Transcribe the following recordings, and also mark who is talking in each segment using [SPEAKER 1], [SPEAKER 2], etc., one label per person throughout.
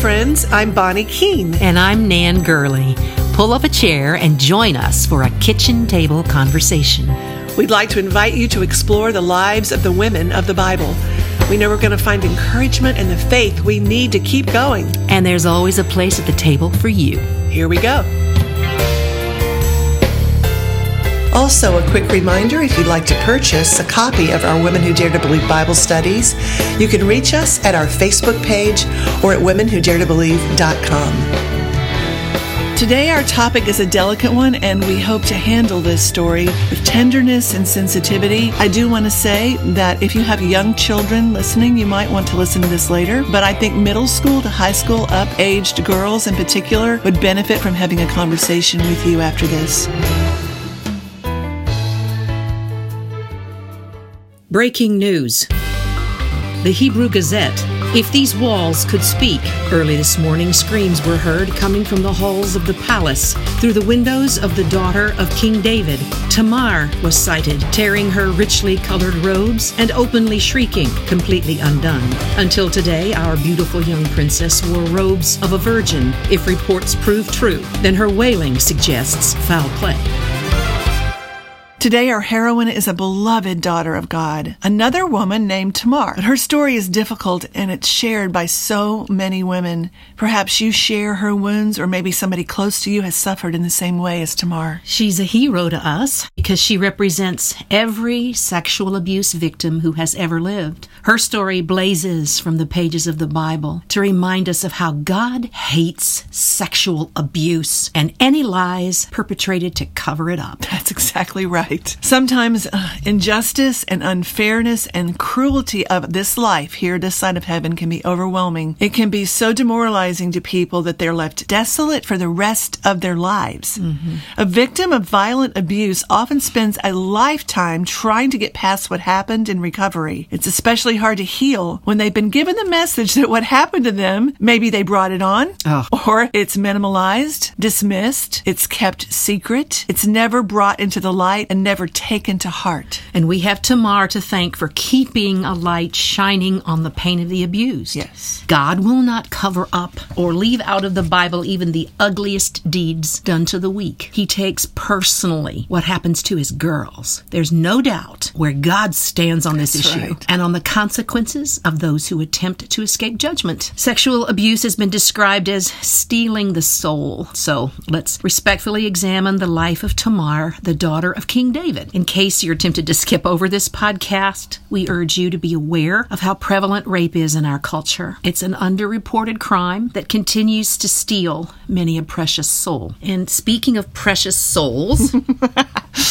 [SPEAKER 1] friends. I'm Bonnie Keene.
[SPEAKER 2] And I'm Nan Gurley. Pull up a chair and join us for a kitchen table conversation.
[SPEAKER 1] We'd like to invite you to explore the lives of the women of the Bible. We know we're going to find encouragement and the faith we need to keep going.
[SPEAKER 2] And there's always a place at the table for you.
[SPEAKER 1] Here we go. Also, a quick reminder if you'd like to purchase a copy of our Women Who Dare to Believe Bible Studies, you can reach us at our Facebook page or at womenwhodaretobelieve.com. Today, our topic is a delicate one, and we hope to handle this story with tenderness and sensitivity. I do want to say that if you have young children listening, you might want to listen to this later, but I think middle school to high school up aged girls in particular would benefit from having a conversation with you after this.
[SPEAKER 3] Breaking news. The Hebrew Gazette. If these walls could speak. Early this morning, screams were heard coming from the halls of the palace through the windows of the daughter of King David. Tamar was sighted, tearing her richly colored robes and openly shrieking, completely undone. Until today, our beautiful young princess wore robes of a virgin. If reports prove true, then her wailing suggests foul play.
[SPEAKER 1] Today, our heroine is a beloved daughter of God, another woman named Tamar. But her story is difficult and it's shared by so many women. Perhaps you share her wounds, or maybe somebody close to you has suffered in the same way as Tamar.
[SPEAKER 3] She's a hero to us because she represents every sexual abuse victim who has ever lived. Her story blazes from the pages of the Bible to remind us of how God hates sexual abuse and any lies perpetrated to cover it up.
[SPEAKER 1] That's exactly right. Sometimes uh, injustice and unfairness and cruelty of this life here, this side of heaven, can be overwhelming. It can be so demoralizing to people that they're left desolate for the rest of their lives. A victim of violent abuse often spends a lifetime trying to get past what happened in recovery. It's especially hard to heal when they've been given the message that what happened to them, maybe they brought it on, or it's minimalized, dismissed, it's kept secret, it's never brought into the light and never taken to heart.
[SPEAKER 3] And we have Tamar to thank for keeping a light shining on the pain of the abused.
[SPEAKER 1] Yes.
[SPEAKER 3] God will not cover up or leave out of the Bible even the ugliest deeds done to the weak. He takes personally what happens to his girls. There's no doubt where God stands on this issue
[SPEAKER 1] right.
[SPEAKER 3] and on the consequences of those who attempt to escape judgment. Sexual abuse has been described as stealing the soul. So let's respectfully examine the life of Tamar, the daughter of King David. In case you're tempted to skip over this podcast, we urge you to be aware of how prevalent rape is in our culture. It's an underreported crime that continues to steal many a precious soul. And speaking of precious souls,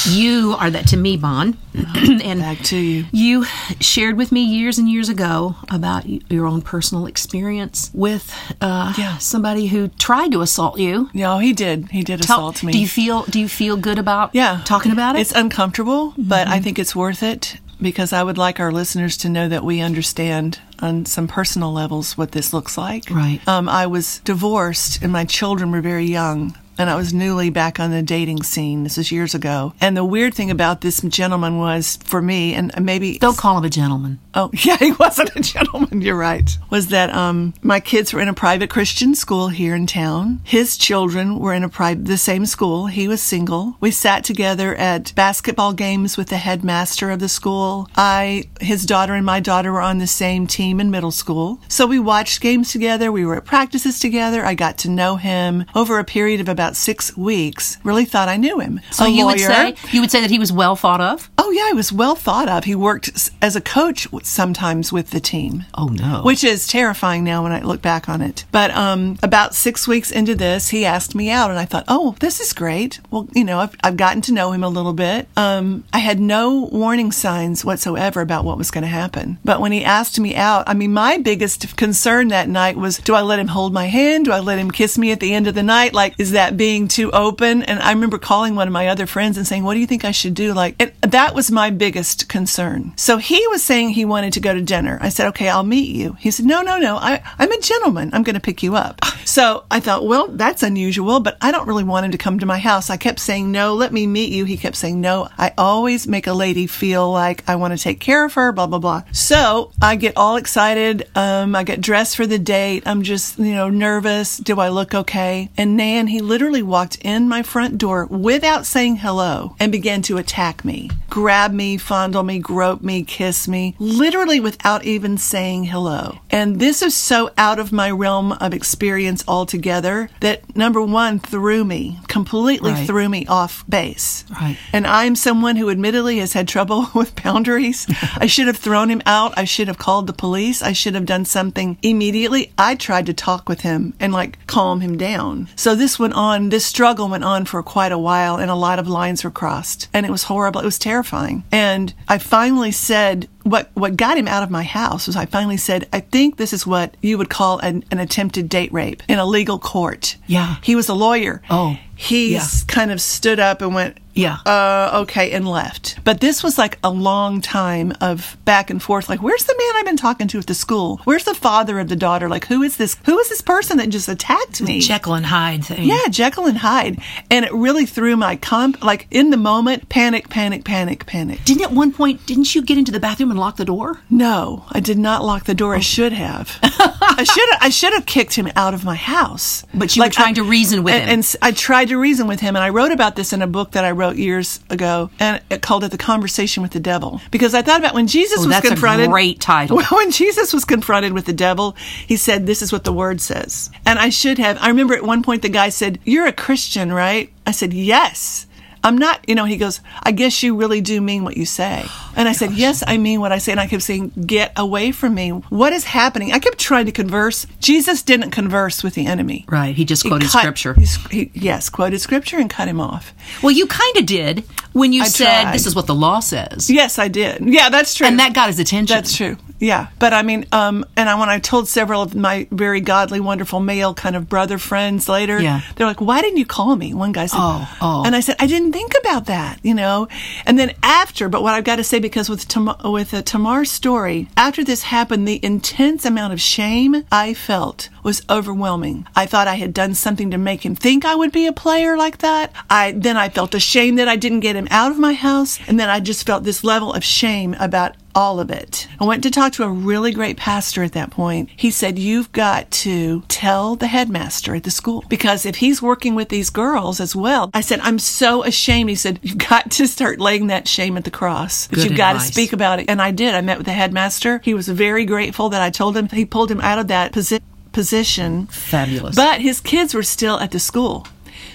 [SPEAKER 3] you are that to me, Bon. and
[SPEAKER 1] Oh, Back to you.
[SPEAKER 3] you shared with me years and years ago about y- your own personal experience with uh,
[SPEAKER 1] Yeah.
[SPEAKER 3] somebody who tried to assault you.
[SPEAKER 1] No, he did. He did
[SPEAKER 3] Tell-
[SPEAKER 1] assault me.
[SPEAKER 3] Do you feel Do you feel good about
[SPEAKER 1] yeah.
[SPEAKER 3] talking about it? Mm-hmm.
[SPEAKER 1] It's uncomfortable, but I think it's worth it because I would like our listeners to know that we understand on some personal levels what this looks like.
[SPEAKER 3] Right.
[SPEAKER 1] Um, I was divorced and my children were very young. And I was newly back on the dating scene. This is years ago. And the weird thing about this gentleman was for me, and maybe
[SPEAKER 3] Don't call him a gentleman.
[SPEAKER 1] Oh, yeah, he wasn't a gentleman. You're right. Was that um my kids were in a private Christian school here in town. His children were in a private the same school. He was single. We sat together at basketball games with the headmaster of the school. I his daughter and my daughter were on the same team in middle school. So we watched games together. We were at practices together. I got to know him over a period of about 6 weeks. Really thought I knew him.
[SPEAKER 3] So
[SPEAKER 1] a
[SPEAKER 3] Oh, you would
[SPEAKER 1] lawyer.
[SPEAKER 3] say you would say that he was well thought of.
[SPEAKER 1] Oh yeah, he was well thought of. He worked s- as a coach w- sometimes with the team.
[SPEAKER 3] Oh no.
[SPEAKER 1] Which is terrifying now when I look back on it. But um, about six weeks into this, he asked me out, and I thought, oh, this is great. Well, you know, I've, I've gotten to know him a little bit. Um, I had no warning signs whatsoever about what was going to happen. But when he asked me out, I mean, my biggest concern that night was do I let him hold my hand? Do I let him kiss me at the end of the night? Like, is that not being too open. And I remember calling one of my other friends and saying, What do you think I should do? Like, it, that was my biggest concern. So he was saying he wanted to go to dinner. I said, Okay, I'll meet you. He said, No, no, no. I, I'm a gentleman. I'm going to pick you up. So I thought, Well, that's unusual, but I don't really want him to come to my house. I kept saying, No, let me meet you. He kept saying, No, I always make a lady feel like I want to take care of her, blah, blah, blah. So I get all excited. Um, I get dressed for the date. I'm just, you know, nervous. Do I look okay? And Nan, he literally walked in my front door without saying hello and began to attack me, grab me, fondle me, grope me, kiss me, literally without even saying hello. And this is so out of my realm of experience altogether that number one threw me, completely
[SPEAKER 3] Right.
[SPEAKER 1] threw me off base.
[SPEAKER 3] Right.
[SPEAKER 1] And I'm someone who admittedly has had trouble with boundaries. I should have thrown him out. I should have called the police. I should have done something immediately. I tried to talk with him and like calm him down. So this went on, this struggle went on for quite a while and a lot of lines were crossed and it was horrible. It was terrifying. And I finally said, what, what got him out of my house was I finally said, I think this is what you would call an, an attempted date rape in a legal court.
[SPEAKER 3] Yeah.
[SPEAKER 1] He was a lawyer.
[SPEAKER 3] Oh,
[SPEAKER 1] He's
[SPEAKER 3] yeah.
[SPEAKER 1] kind of stood up and went,
[SPEAKER 3] Yeah.
[SPEAKER 1] uh, okay, and left. But this was like a long time of back and forth. Like, where's the man I've been talking to at the school? Where's the father of the daughter? Like, who is this? Who is this person that just attacked me?
[SPEAKER 3] Jekyll and Hyde thing.
[SPEAKER 1] Yeah, Jekyll and Hyde. And it really threw my comp, like in the moment, panic, panic, panic, panic.
[SPEAKER 3] Didn't at one point, didn't you get into the bathroom and lock the door?
[SPEAKER 1] No, I did not lock the
[SPEAKER 3] Oh.
[SPEAKER 1] door. I should have. I should. I should have kicked him out of my house.
[SPEAKER 3] But you were trying to reason with
[SPEAKER 1] and,
[SPEAKER 3] him.
[SPEAKER 1] and s- I tried to reason with him, and I wrote about this in a book that I wrote years ago, and it called it "The Conversation with the Devil" because I thought about when Jesus
[SPEAKER 3] Oh,
[SPEAKER 1] was
[SPEAKER 3] that's a
[SPEAKER 1] confronted.
[SPEAKER 3] great title.
[SPEAKER 1] When Jesus was confronted with the devil, he said, "This is what the Word says." And I should have. I remember at one point the guy said, "You're a Christian, right?" I said, "Yes." I'm not, you know, he goes, I guess you really do mean what you say. And I said, Yes, I mean what I say. And I kept saying, Get away from me. What is happening? I kept trying to converse. Jesus didn't converse with the enemy.
[SPEAKER 3] Right, he just quoted
[SPEAKER 1] cut-
[SPEAKER 3] scripture.
[SPEAKER 1] he s- he- yes, quoted scripture and cut him off.
[SPEAKER 3] Well, you kind of did when you
[SPEAKER 1] I
[SPEAKER 3] said,
[SPEAKER 1] tried.
[SPEAKER 3] this is what the law says.
[SPEAKER 1] Yes, I did. Yeah, that's true.
[SPEAKER 3] And that got his attention.
[SPEAKER 1] That's true. Yeah. But I mean, um, and I, when I told several of my very godly, wonderful male kind of brother friends later,
[SPEAKER 3] Yeah.
[SPEAKER 1] they're like, why didn't you call me? One guy said,
[SPEAKER 3] Oh, oh.
[SPEAKER 1] And I said, I didn't think about that, you know? And then after, but what I've got to say, because with, Tam- with uh, Tamar's story, after this happened, the intense amount of shame I felt was overwhelming. I thought I had done something to make him think I would be a player like that. I, then I felt ashamed that I didn't get him out of my house. And then I just felt this level of shame about all of it. I went to talk to a really great pastor at that point. He said, You've got to tell the headmaster at the school because if he's working with these girls as well, I said, I'm so ashamed. He said, You've got to start laying that shame at the cross. But
[SPEAKER 3] Good
[SPEAKER 1] you've got to
[SPEAKER 3] advice.
[SPEAKER 1] speak about it. And I did. I met with the headmaster. He was very grateful that I told him. He pulled him out of that posi- position.
[SPEAKER 3] Fabulous.
[SPEAKER 1] But his kids were still at the school.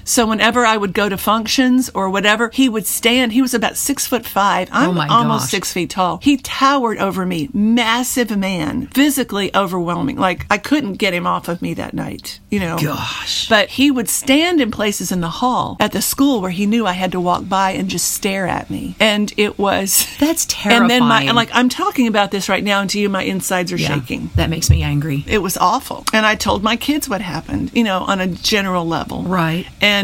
[SPEAKER 1] So whenever I would go to functions or whatever, he would stand. He was about six foot five. I'm
[SPEAKER 3] Oh my
[SPEAKER 1] almost
[SPEAKER 3] gosh.
[SPEAKER 1] six feet tall. He towered over me, massive man, physically overwhelming. Like I couldn't get him off of me that night. You know.
[SPEAKER 3] Gosh.
[SPEAKER 1] But he would stand in places in the hall at the school where he knew I had to walk by and just stare at me. And it was
[SPEAKER 3] That's
[SPEAKER 1] And then my
[SPEAKER 3] terrifying.
[SPEAKER 1] and like I'm talking about this right now and to you my insides are
[SPEAKER 3] Yeah,
[SPEAKER 1] shaking
[SPEAKER 3] That makes me angry.
[SPEAKER 1] it was awful. And I told my kids what happened, you know, on a general level.
[SPEAKER 3] Right.
[SPEAKER 1] And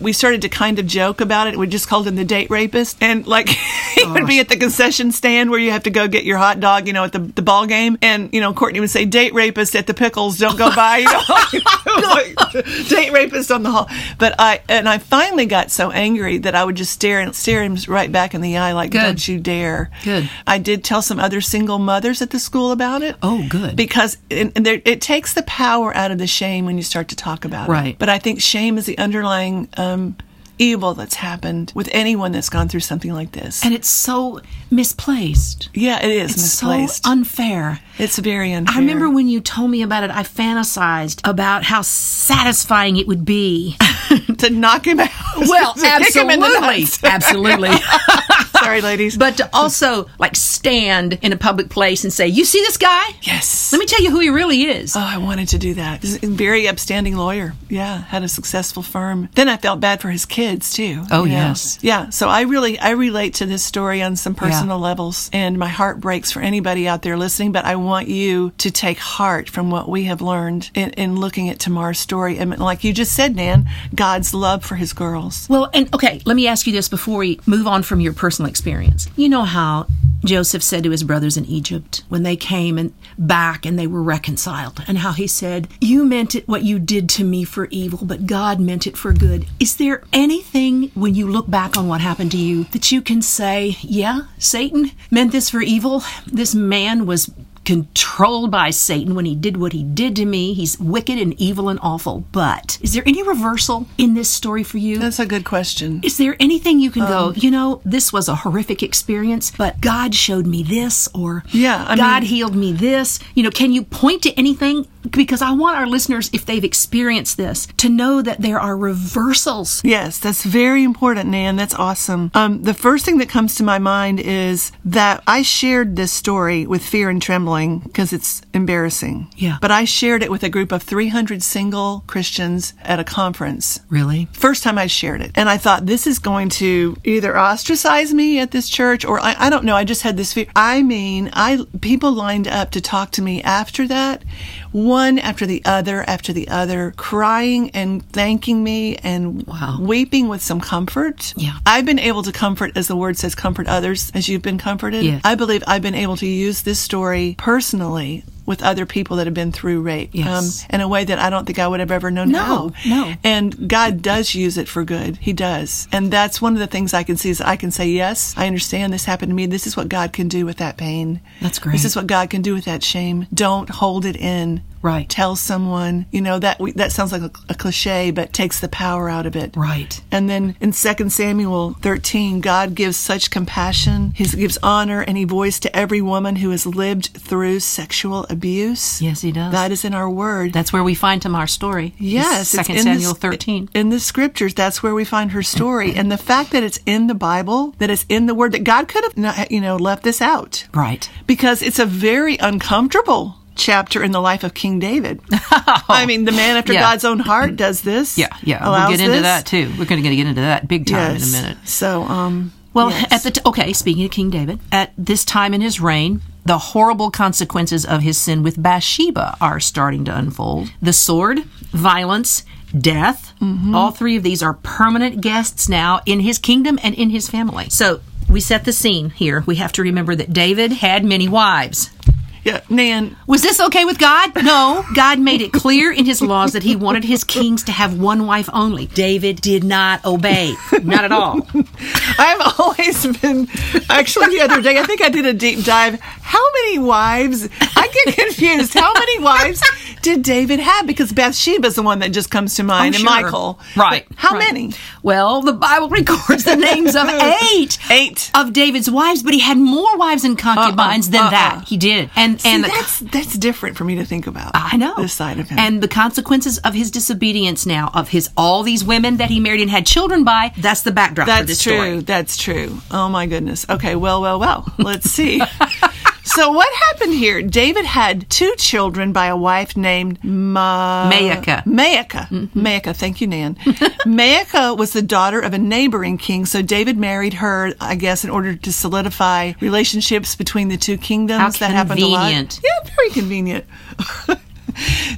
[SPEAKER 1] we started to kind of joke about it. We just called him the date rapist. And like, he would be at the concession stand where you have to go get your hot dog, you know, at the, the ball game. And, you know, Courtney would say, date rapist at the pickles, don't go by. You know, like, date rapist on the hall. But I, and I finally got so angry that I would just stare and stare him right back in the eye, like,
[SPEAKER 3] Good.
[SPEAKER 1] don't you dare.
[SPEAKER 3] Good.
[SPEAKER 1] I did tell some other single mothers at the school about it
[SPEAKER 3] Oh, good.
[SPEAKER 1] because it, and there, it takes the power out of the shame when you start to talk about it.
[SPEAKER 3] Right.
[SPEAKER 1] But I think shame is the underlying um, evil that's happened with anyone that's gone through something like this.
[SPEAKER 3] And it's so misplaced.
[SPEAKER 1] yeah, it is
[SPEAKER 3] It's
[SPEAKER 1] misplaced.
[SPEAKER 3] so unfair.
[SPEAKER 1] it's very unfair.
[SPEAKER 3] I remember when you told me about it, I fantasized about how satisfying it would be.
[SPEAKER 1] to knock him out.
[SPEAKER 3] Well,
[SPEAKER 1] To kick him in the
[SPEAKER 3] absolutely.
[SPEAKER 1] nuts.
[SPEAKER 3] Absolutely.
[SPEAKER 1] Sorry, ladies.
[SPEAKER 3] But to also like stand in a public place and say, "You see this guy?
[SPEAKER 1] Yes.
[SPEAKER 3] Let me tell you who he really is."
[SPEAKER 1] Oh, I wanted to do that. He's a very upstanding lawyer. Yeah, had a successful firm. Then I felt bad for his kids too.
[SPEAKER 3] Oh,
[SPEAKER 1] you know?
[SPEAKER 3] yes.
[SPEAKER 1] Yeah. So I really I relate to this story on some personal levels, and my heart breaks for anybody out there listening. But I want you to take heart from what we have learned in, in looking at Tamar's story, and like you just said, Nan, God's love for His girls.
[SPEAKER 3] Well, and okay, let me ask you this before we move on from your personal experience. You know how Joseph said to his brothers in Egypt when they came and back and they were reconciled, and how he said, "You meant it what you did to me for evil, but God meant it for good." Is there anything when you look back on what happened to you that you can say, "Yeah, Satan meant this for evil. This man was controlled by Satan when he did what he did to me. He's wicked and evil and awful." But is there any reversal in this story for you?
[SPEAKER 1] That's a good question.
[SPEAKER 3] Is there anything you can
[SPEAKER 1] Um,
[SPEAKER 3] go, you know, this was a horrific experience, but God showed me this, or
[SPEAKER 1] Yeah, I
[SPEAKER 3] God
[SPEAKER 1] mean-
[SPEAKER 3] healed me this? You know, can you point to anything? Because I want our listeners, if they've experienced this, to know that there are reversals.
[SPEAKER 1] Yes, that's very important, Nan. That's awesome. Um, the first thing that comes to my mind is that I shared this story with fear and trembling because it's embarrassing.
[SPEAKER 3] Yeah.
[SPEAKER 1] But I shared it with a group of 300 single Christians at a conference.
[SPEAKER 2] Really?
[SPEAKER 1] First time I shared it. And I thought, this is going to either ostracize me at this church or I, I don't know. I just had this fear. I mean, I people lined up to talk to me after that, one after the other, after the other, crying and thanking me and
[SPEAKER 3] Wow.
[SPEAKER 1] weeping with some comfort.
[SPEAKER 3] Yeah.
[SPEAKER 1] I've been able to comfort, as the word says, comfort others as you've been comforted.
[SPEAKER 3] Yes.
[SPEAKER 1] I believe I've been able to use this story personally with other people that have been through rape um,
[SPEAKER 3] Yes.
[SPEAKER 1] in a way that I don't think I would have ever known
[SPEAKER 3] No,
[SPEAKER 1] how.
[SPEAKER 3] no.
[SPEAKER 1] And God does use it for good. He does. And that's one of the things I can see is I can say, yes, I understand this happened to me. This is what God can do with that pain.
[SPEAKER 3] That's great.
[SPEAKER 1] This is what God can do with that shame. Don't hold it in.
[SPEAKER 3] Right.
[SPEAKER 1] Tell someone, you know, that we, that sounds like a, a cliche, but takes the power out of it.
[SPEAKER 3] Right.
[SPEAKER 1] And then in 2 Samuel 13, God gives such compassion. He gives honor and he voice to every woman who has lived through sexual abuse.
[SPEAKER 2] Yes, he does.
[SPEAKER 1] That is in our word.
[SPEAKER 2] That's where we find Tamar's story.
[SPEAKER 1] Yes, it's
[SPEAKER 2] Second
[SPEAKER 1] in
[SPEAKER 2] Samuel
[SPEAKER 1] the,
[SPEAKER 2] thirteen.
[SPEAKER 1] In the scriptures, that's where we find her story, and the fact that it's in the Bible, that it's in the Word, that God could have not, you know left this out,
[SPEAKER 2] Right.
[SPEAKER 1] Because it's a very uncomfortable chapter in the life of King David. I mean, the man after
[SPEAKER 2] Oh. Yeah. Mm-hmm.
[SPEAKER 1] God's own heart does this.
[SPEAKER 2] Yeah, yeah.
[SPEAKER 1] allows
[SPEAKER 2] we'll get into
[SPEAKER 1] this.
[SPEAKER 2] that too. We're going to get into that big time
[SPEAKER 1] Yes.
[SPEAKER 2] in a minute.
[SPEAKER 1] So, um,
[SPEAKER 2] Well,
[SPEAKER 1] yes.
[SPEAKER 2] at the t- okay, speaking of King David, at this time in his reign, the horrible consequences of his sin with Bathsheba are starting to unfold. The sword, violence, death, all three of these are permanent guests now in his kingdom and in his family. So, we set the scene here. We have to remember that David had many wives.
[SPEAKER 1] yeah, Nan,
[SPEAKER 2] Was this okay with God? No. God made it clear in his laws that he wanted his kings to have one wife only. David did not obey. Not at all.
[SPEAKER 1] I've always been. Actually, the other day, I think I did a deep dive. How many wives? I get confused. How many wives did David have? Because Bathsheba's the one that just comes to mind,
[SPEAKER 2] Oh,
[SPEAKER 1] and
[SPEAKER 2] sure.
[SPEAKER 1] Michael.
[SPEAKER 2] Right.
[SPEAKER 1] But How
[SPEAKER 2] right.
[SPEAKER 1] many?
[SPEAKER 2] Well, the Bible records the names of eight.
[SPEAKER 1] Eight.
[SPEAKER 2] Of David's wives, but he had more wives and concubines
[SPEAKER 1] Uh-uh,
[SPEAKER 2] than
[SPEAKER 1] uh-uh.
[SPEAKER 2] that. He did. And
[SPEAKER 1] See,
[SPEAKER 2] and the-
[SPEAKER 1] that's that's different for me to think about.
[SPEAKER 2] I know.
[SPEAKER 1] this side of him.
[SPEAKER 2] And the consequences of his disobedience now, of his all these women that he married and had children by, that's the backdrop for
[SPEAKER 1] that's
[SPEAKER 2] this
[SPEAKER 1] true.
[SPEAKER 2] story.
[SPEAKER 1] That's true. Oh my goodness. Okay. Well, well, well. Let's see. so what happened here? David had two children by a wife named Ma.
[SPEAKER 2] Maacah. Mm-hmm.
[SPEAKER 1] Maacah. Maacah, thank you, Nan. Maacah was the daughter of a neighboring king, so David married her, I guess, in order to solidify relationships between the two kingdoms.
[SPEAKER 2] How
[SPEAKER 1] that happened a lot.
[SPEAKER 2] convenient.
[SPEAKER 1] Yeah, very convenient.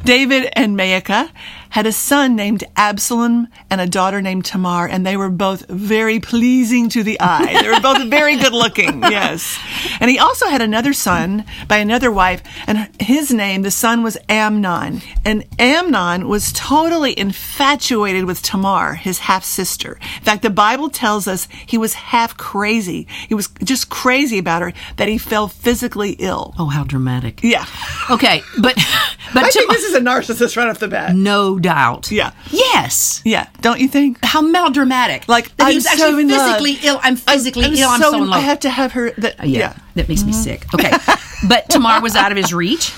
[SPEAKER 1] David and Maacah had a son named Absalom and a daughter named Tamar, and they were both very pleasing to the eye. They were both very good looking, yes. And he also had another son by another wife, and his name, the son was Amnon. And Amnon was totally infatuated with Tamar, his half sister. In fact, the Bible tells us he was half crazy. He was just crazy about her that he fell physically ill.
[SPEAKER 2] Oh, how dramatic.
[SPEAKER 1] Yeah.
[SPEAKER 2] Okay, but but
[SPEAKER 1] I
[SPEAKER 2] to
[SPEAKER 1] think
[SPEAKER 2] my-
[SPEAKER 1] this is a narcissist right off the bat.
[SPEAKER 2] no doubt.
[SPEAKER 1] Yeah.
[SPEAKER 2] Yes.
[SPEAKER 1] Yeah, don't you think?
[SPEAKER 2] How melodramatic.
[SPEAKER 1] Like
[SPEAKER 2] that
[SPEAKER 1] I'm
[SPEAKER 2] he was
[SPEAKER 1] so
[SPEAKER 2] actually
[SPEAKER 1] in love.
[SPEAKER 2] physically ill. I'm physically
[SPEAKER 1] I'm
[SPEAKER 2] ill. I'm so in love. Uh,
[SPEAKER 1] I
[SPEAKER 3] Uh,
[SPEAKER 1] have to have her. That,
[SPEAKER 2] yeah,
[SPEAKER 1] yeah.
[SPEAKER 2] that makes me sick. Okay, but Tamar was out of his reach.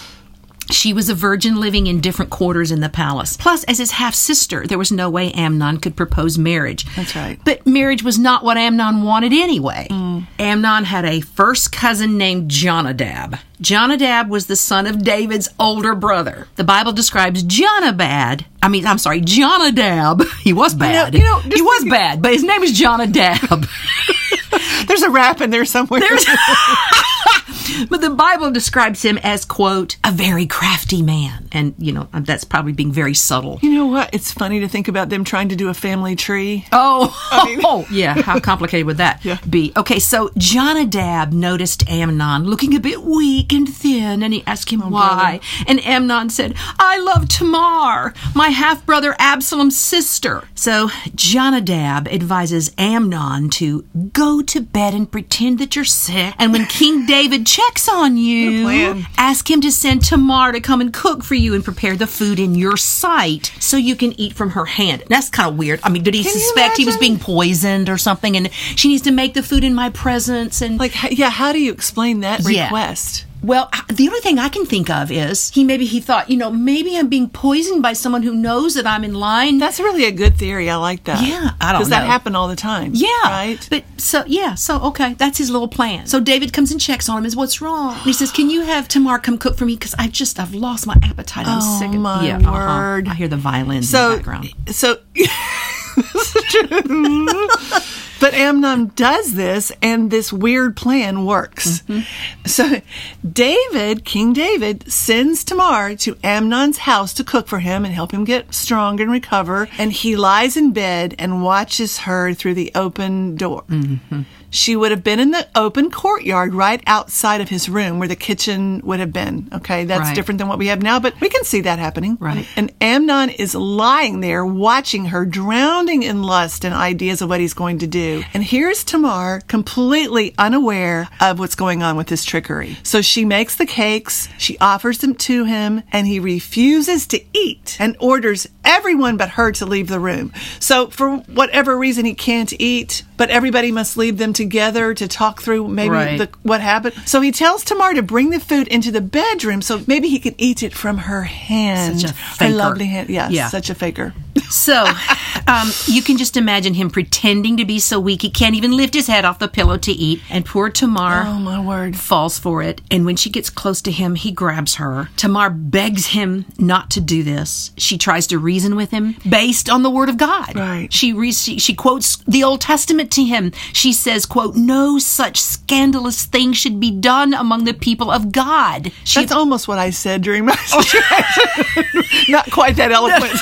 [SPEAKER 3] She was a virgin living in different quarters in the palace. Plus, as his half sister, there was no way Amnon could propose marriage.
[SPEAKER 1] That's right. Mm.
[SPEAKER 3] But marriage was not what Amnon wanted anyway. Amnon had a first cousin named Jonadab. Jonadab was the son of David's older brother. The Bible describes Jonabad. I mean, I'm sorry, Jonadab. He was bad.
[SPEAKER 1] you know, just
[SPEAKER 3] he was bad, but his name is Jonadab.
[SPEAKER 1] There's a rap in there somewhere.
[SPEAKER 3] But the Bible describes him as, quote, a very crafty man. And, you know, that's probably being very subtle.
[SPEAKER 1] you know what? It's funny to think about them trying to do a family tree.
[SPEAKER 3] Oh,
[SPEAKER 1] I mean-
[SPEAKER 3] oh, yeah. How complicated would that
[SPEAKER 1] Yeah.
[SPEAKER 3] be? Okay, so Jonadab noticed Amnon looking a bit weak and thin, and he asked
[SPEAKER 1] Oh,
[SPEAKER 3] him why. And Amnon said, I love Tamar, my half brother Absalom's sister. So Jonadab advises Amnon to go to bed and pretend that you're sick. And when King David checks on you,
[SPEAKER 1] plan.
[SPEAKER 3] ask him to send Tamar to come and cook for you and prepare the food in your sight so you can eat from her hand. That's kind of weird. I mean, did he
[SPEAKER 1] you
[SPEAKER 3] suspect he was
[SPEAKER 1] imagine?
[SPEAKER 3] being poisoned or something and she needs to make the food in my presence and
[SPEAKER 1] Like, h- yeah, how do you explain that
[SPEAKER 3] Yeah.
[SPEAKER 1] request?
[SPEAKER 3] well I- the only thing i can think of is he maybe he thought you know maybe i'm being poisoned by someone who knows that i'm in line
[SPEAKER 1] That's really a good theory. I like that.
[SPEAKER 3] Yeah, I don't
[SPEAKER 1] Because that
[SPEAKER 3] know.
[SPEAKER 1] happened all the time.
[SPEAKER 3] yeah
[SPEAKER 1] Right?
[SPEAKER 3] but so yeah so okay that's his little plan so david comes and checks on him is what's wrong and he says can you have tamar come cook for me because i just i've lost my appetite i'm
[SPEAKER 1] Oh,
[SPEAKER 3] sick of
[SPEAKER 1] my
[SPEAKER 3] yeah, uh-huh.
[SPEAKER 1] word.
[SPEAKER 3] i hear the violin in the
[SPEAKER 1] so,
[SPEAKER 3] background
[SPEAKER 1] so. But Amnon does this, and this weird plan works.
[SPEAKER 3] Mm-hmm.
[SPEAKER 1] So, David, King David, sends Tamar to Amnon's house to cook for him and help him get strong and recover. And he lies in bed and watches her through the open door.
[SPEAKER 3] Mm-hmm.
[SPEAKER 1] She would have been in the open courtyard right outside of his room where the kitchen would have been. Okay, that's
[SPEAKER 3] Right.
[SPEAKER 1] different than what we have now, but we can see that happening.
[SPEAKER 3] Right.
[SPEAKER 1] And Amnon is lying there watching her, drowning in lust and ideas of what he's going to do. And here's Tamar, completely unaware of what's going on with this trickery. So she makes the cakes, she offers them to him, and he refuses to eat and orders everyone but her to leave the room. So for whatever reason, he can't eat, but everybody must leave them together to talk through maybe
[SPEAKER 2] Right.
[SPEAKER 1] the what happened. So he tells Tamar to bring the food into the bedroom so maybe he can eat it from her hand.
[SPEAKER 3] Such a
[SPEAKER 1] Her
[SPEAKER 3] faker.
[SPEAKER 1] lovely hand. Yeah,
[SPEAKER 3] Yeah.
[SPEAKER 1] such a faker.
[SPEAKER 3] So, um, you can just imagine him pretending to be so weak he can't even lift his head off the pillow to eat. And poor Tamar
[SPEAKER 1] Oh, my word.
[SPEAKER 3] falls for it. And when she gets close to him, he grabs her. Tamar begs him not to do this. She tries to reason with him based on the word of God.
[SPEAKER 1] Right.
[SPEAKER 3] She re- she, she quotes the Old Testament to him. She says, "quote No such scandalous thing should be done among the people of God." She
[SPEAKER 1] That's almost what I said during my
[SPEAKER 3] Oh.
[SPEAKER 1] Not quite that eloquent.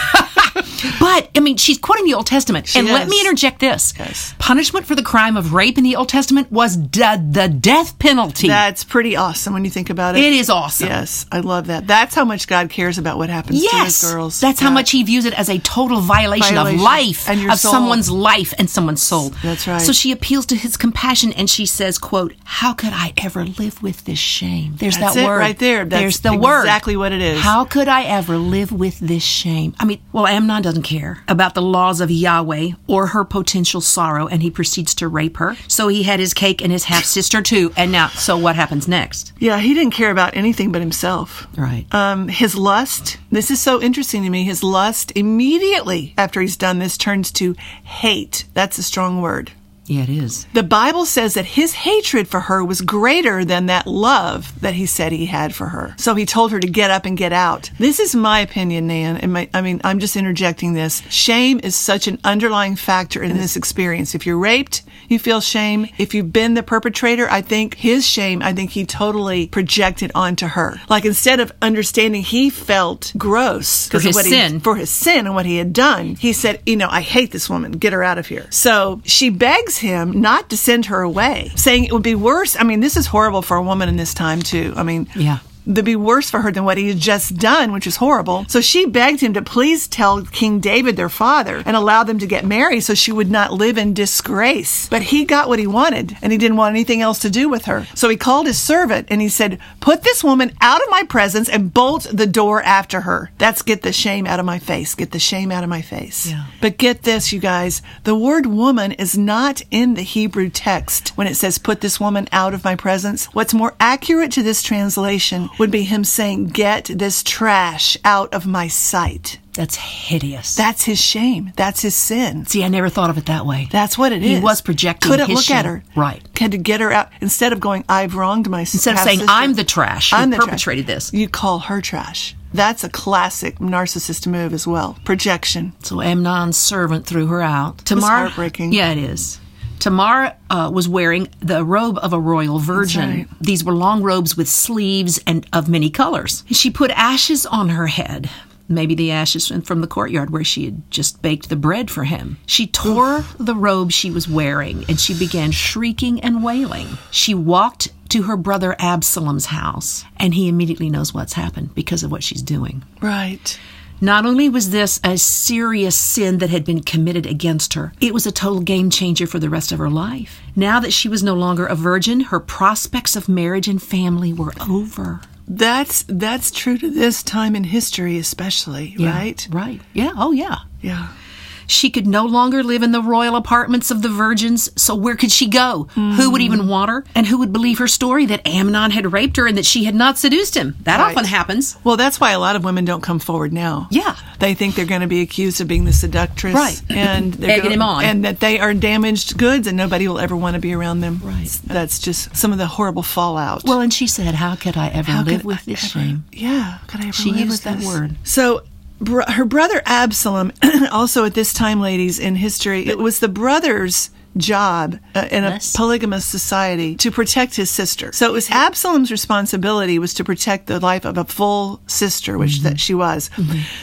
[SPEAKER 3] But I mean, she's quoting the Old Testament, and let
[SPEAKER 1] is.
[SPEAKER 3] me interject this:
[SPEAKER 1] Yes.
[SPEAKER 3] punishment for the crime of rape in the Old Testament was de- the death penalty.
[SPEAKER 1] That's pretty awesome when you think about it.
[SPEAKER 3] it is awesome.
[SPEAKER 1] Yes, I love that. That's how much God cares about what happens to
[SPEAKER 3] Yes,
[SPEAKER 1] his girls.
[SPEAKER 3] that's how
[SPEAKER 1] Yeah.
[SPEAKER 3] much he views it as a total violation,
[SPEAKER 1] Violation.
[SPEAKER 3] of life,
[SPEAKER 1] And your
[SPEAKER 3] of
[SPEAKER 1] soul.
[SPEAKER 3] someone's life and someone's soul.
[SPEAKER 1] That's right.
[SPEAKER 3] So she appeals to his compassion, and she says, "quote How could I ever live with this shame?" There's
[SPEAKER 1] That's
[SPEAKER 3] that
[SPEAKER 1] it
[SPEAKER 3] word
[SPEAKER 1] right there. That's
[SPEAKER 3] There's the word.
[SPEAKER 1] exactly what it is.
[SPEAKER 3] How could I ever live with this shame? I mean, well, Amnon doesn't care about the laws of Yahweh or her potential sorrow, and he proceeds to rape her. So he had his cake and his half sister too. And now, so what happens next?
[SPEAKER 1] Yeah, he didn't care about anything but himself.
[SPEAKER 3] Right.
[SPEAKER 1] Um, his lust, this is so interesting to me. His lust immediately after he's done this turns to hate. That's a strong word.
[SPEAKER 3] Yeah, it is.
[SPEAKER 1] The Bible says that his hatred for her was greater than that love that he said he had for her. So he told her to get up and get out. This is my opinion, Nan. And my, I mean, I'm just interjecting this. Shame is such an underlying factor in this experience. If you're raped, you feel shame. If you've been the perpetrator, I think his shame, I think he totally projected onto her. Like instead of understanding he felt gross
[SPEAKER 3] For his
[SPEAKER 1] what he-
[SPEAKER 3] sin.
[SPEAKER 1] for his sin and what he had done, he said, You know, I hate this woman. Get her out of here. So she begs him not to send her away, saying it would be worse. I mean, this is horrible for a woman in this time, too. I mean,
[SPEAKER 3] Yeah.
[SPEAKER 1] That'd be worse for her than what he had just done, which is horrible. So she begged him to please tell King David, their father, and allow them to get married so she would not live in disgrace. But he got what he wanted, and he didn't want anything else to do with her. So he called his servant and he said, Put this woman out of my presence and bolt the door after her. That's get the shame out of my face. Get the shame out of my face.
[SPEAKER 3] Yeah.
[SPEAKER 1] But get this, you guys the word woman is not in the Hebrew text when it says, Put this woman out of my presence. What's more accurate to this translation would be him saying, Get this trash out of my sight.
[SPEAKER 3] That's hideous.
[SPEAKER 1] That's his shame. That's his sin.
[SPEAKER 3] See, I never thought of it that way.
[SPEAKER 1] That's what it is.
[SPEAKER 3] He was projecting
[SPEAKER 1] Couldn't
[SPEAKER 3] his
[SPEAKER 1] look at
[SPEAKER 3] shame.
[SPEAKER 1] her.
[SPEAKER 3] Right.
[SPEAKER 1] Had to get her out instead of going. I've wronged my
[SPEAKER 3] Instead of saying, "I'm the trash who
[SPEAKER 1] I'm the trash,"
[SPEAKER 3] perpetrated this.
[SPEAKER 1] You call her trash. That's a classic narcissist move as well. Projection.
[SPEAKER 3] So Amnon's servant threw her out. Tamar,
[SPEAKER 1] heartbreaking.
[SPEAKER 3] Yeah, it is. Tamar uh, was wearing the robe of a royal virgin.
[SPEAKER 1] right.
[SPEAKER 3] These were long robes with sleeves and of many colors. She put ashes on her head. Maybe the ashes from- from the courtyard where she had just baked the bread for him. She tore the robe she was wearing and she began shrieking and wailing. She walked to her brother Absalom's house and he immediately knows what's happened because of what she's doing.
[SPEAKER 1] Right.
[SPEAKER 3] Not only was this a serious sin that had been committed against her, it was a total game changer for the rest of her life. Now that she was no longer a virgin, her prospects of marriage and family were over.
[SPEAKER 1] That's that's true to this time in history, especially. Right.
[SPEAKER 3] Right. Yeah. Oh, yeah.
[SPEAKER 1] Yeah.
[SPEAKER 3] She could no longer live in the royal apartments of the virgins, so where could she go? Who would even want her? And who would believe her story that Amnon had raped her and that she had not seduced him? That
[SPEAKER 1] Right.
[SPEAKER 3] often happens.
[SPEAKER 1] Well, that's why a lot of women don't come forward now.
[SPEAKER 3] Yeah.
[SPEAKER 1] They think they're going to be accused of being the seductress.
[SPEAKER 3] Right.
[SPEAKER 1] And they're
[SPEAKER 3] Egging
[SPEAKER 1] gonna-
[SPEAKER 3] him on.
[SPEAKER 1] And that they are damaged goods and nobody will ever want to be around them.
[SPEAKER 3] Right.
[SPEAKER 1] That's just some of the horrible fallout.
[SPEAKER 3] Well, and she said, How could I ever
[SPEAKER 1] How
[SPEAKER 3] live
[SPEAKER 1] could
[SPEAKER 3] with
[SPEAKER 1] I
[SPEAKER 3] this
[SPEAKER 1] ever-
[SPEAKER 3] shame?
[SPEAKER 1] Yeah, how could I ever
[SPEAKER 3] She
[SPEAKER 1] live
[SPEAKER 3] used
[SPEAKER 1] with
[SPEAKER 3] that
[SPEAKER 1] this?
[SPEAKER 3] word.
[SPEAKER 1] So br- her brother Absalom, also at this time, ladies, in history, it was the brother's job uh, in a
[SPEAKER 3] Yes.
[SPEAKER 1] polygamous society to protect his sister. So it was Absalom's responsibility was to protect the life of a full sister, which
[SPEAKER 3] Mm-hmm.
[SPEAKER 1] that she was.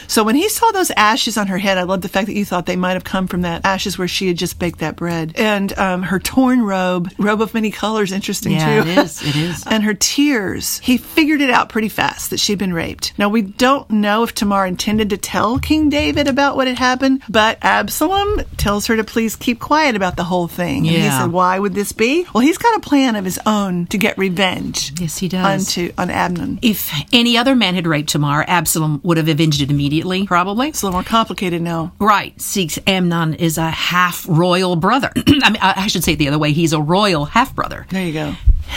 [SPEAKER 1] So when he saw those ashes on her head, I love the fact that you thought they might have come from that ashes where she had just baked that bread. And um, her torn robe, robe of many colors, interesting
[SPEAKER 2] Yeah,
[SPEAKER 1] too. Um,
[SPEAKER 2] it is, it is.
[SPEAKER 1] and her tears, he figured it out pretty fast that she'd been raped. Now, we don't know if Tamar intended to tell King David about what had happened, but Absalom tells her to please keep quiet about the whole thing. And he
[SPEAKER 2] Yeah.
[SPEAKER 1] said, Why would this be? Well, he's got a plan of his own to get revenge.
[SPEAKER 3] Yes, he does.
[SPEAKER 1] Onto, on Amnon.
[SPEAKER 3] If any other man had raped Tamar, Absalom would have avenged it immediately, probably.
[SPEAKER 1] It's a little more complicated now.
[SPEAKER 3] Right. Seeks Amnon is a half royal brother. I mean, I I should say it the other way. He's a royal half brother.
[SPEAKER 1] There you go.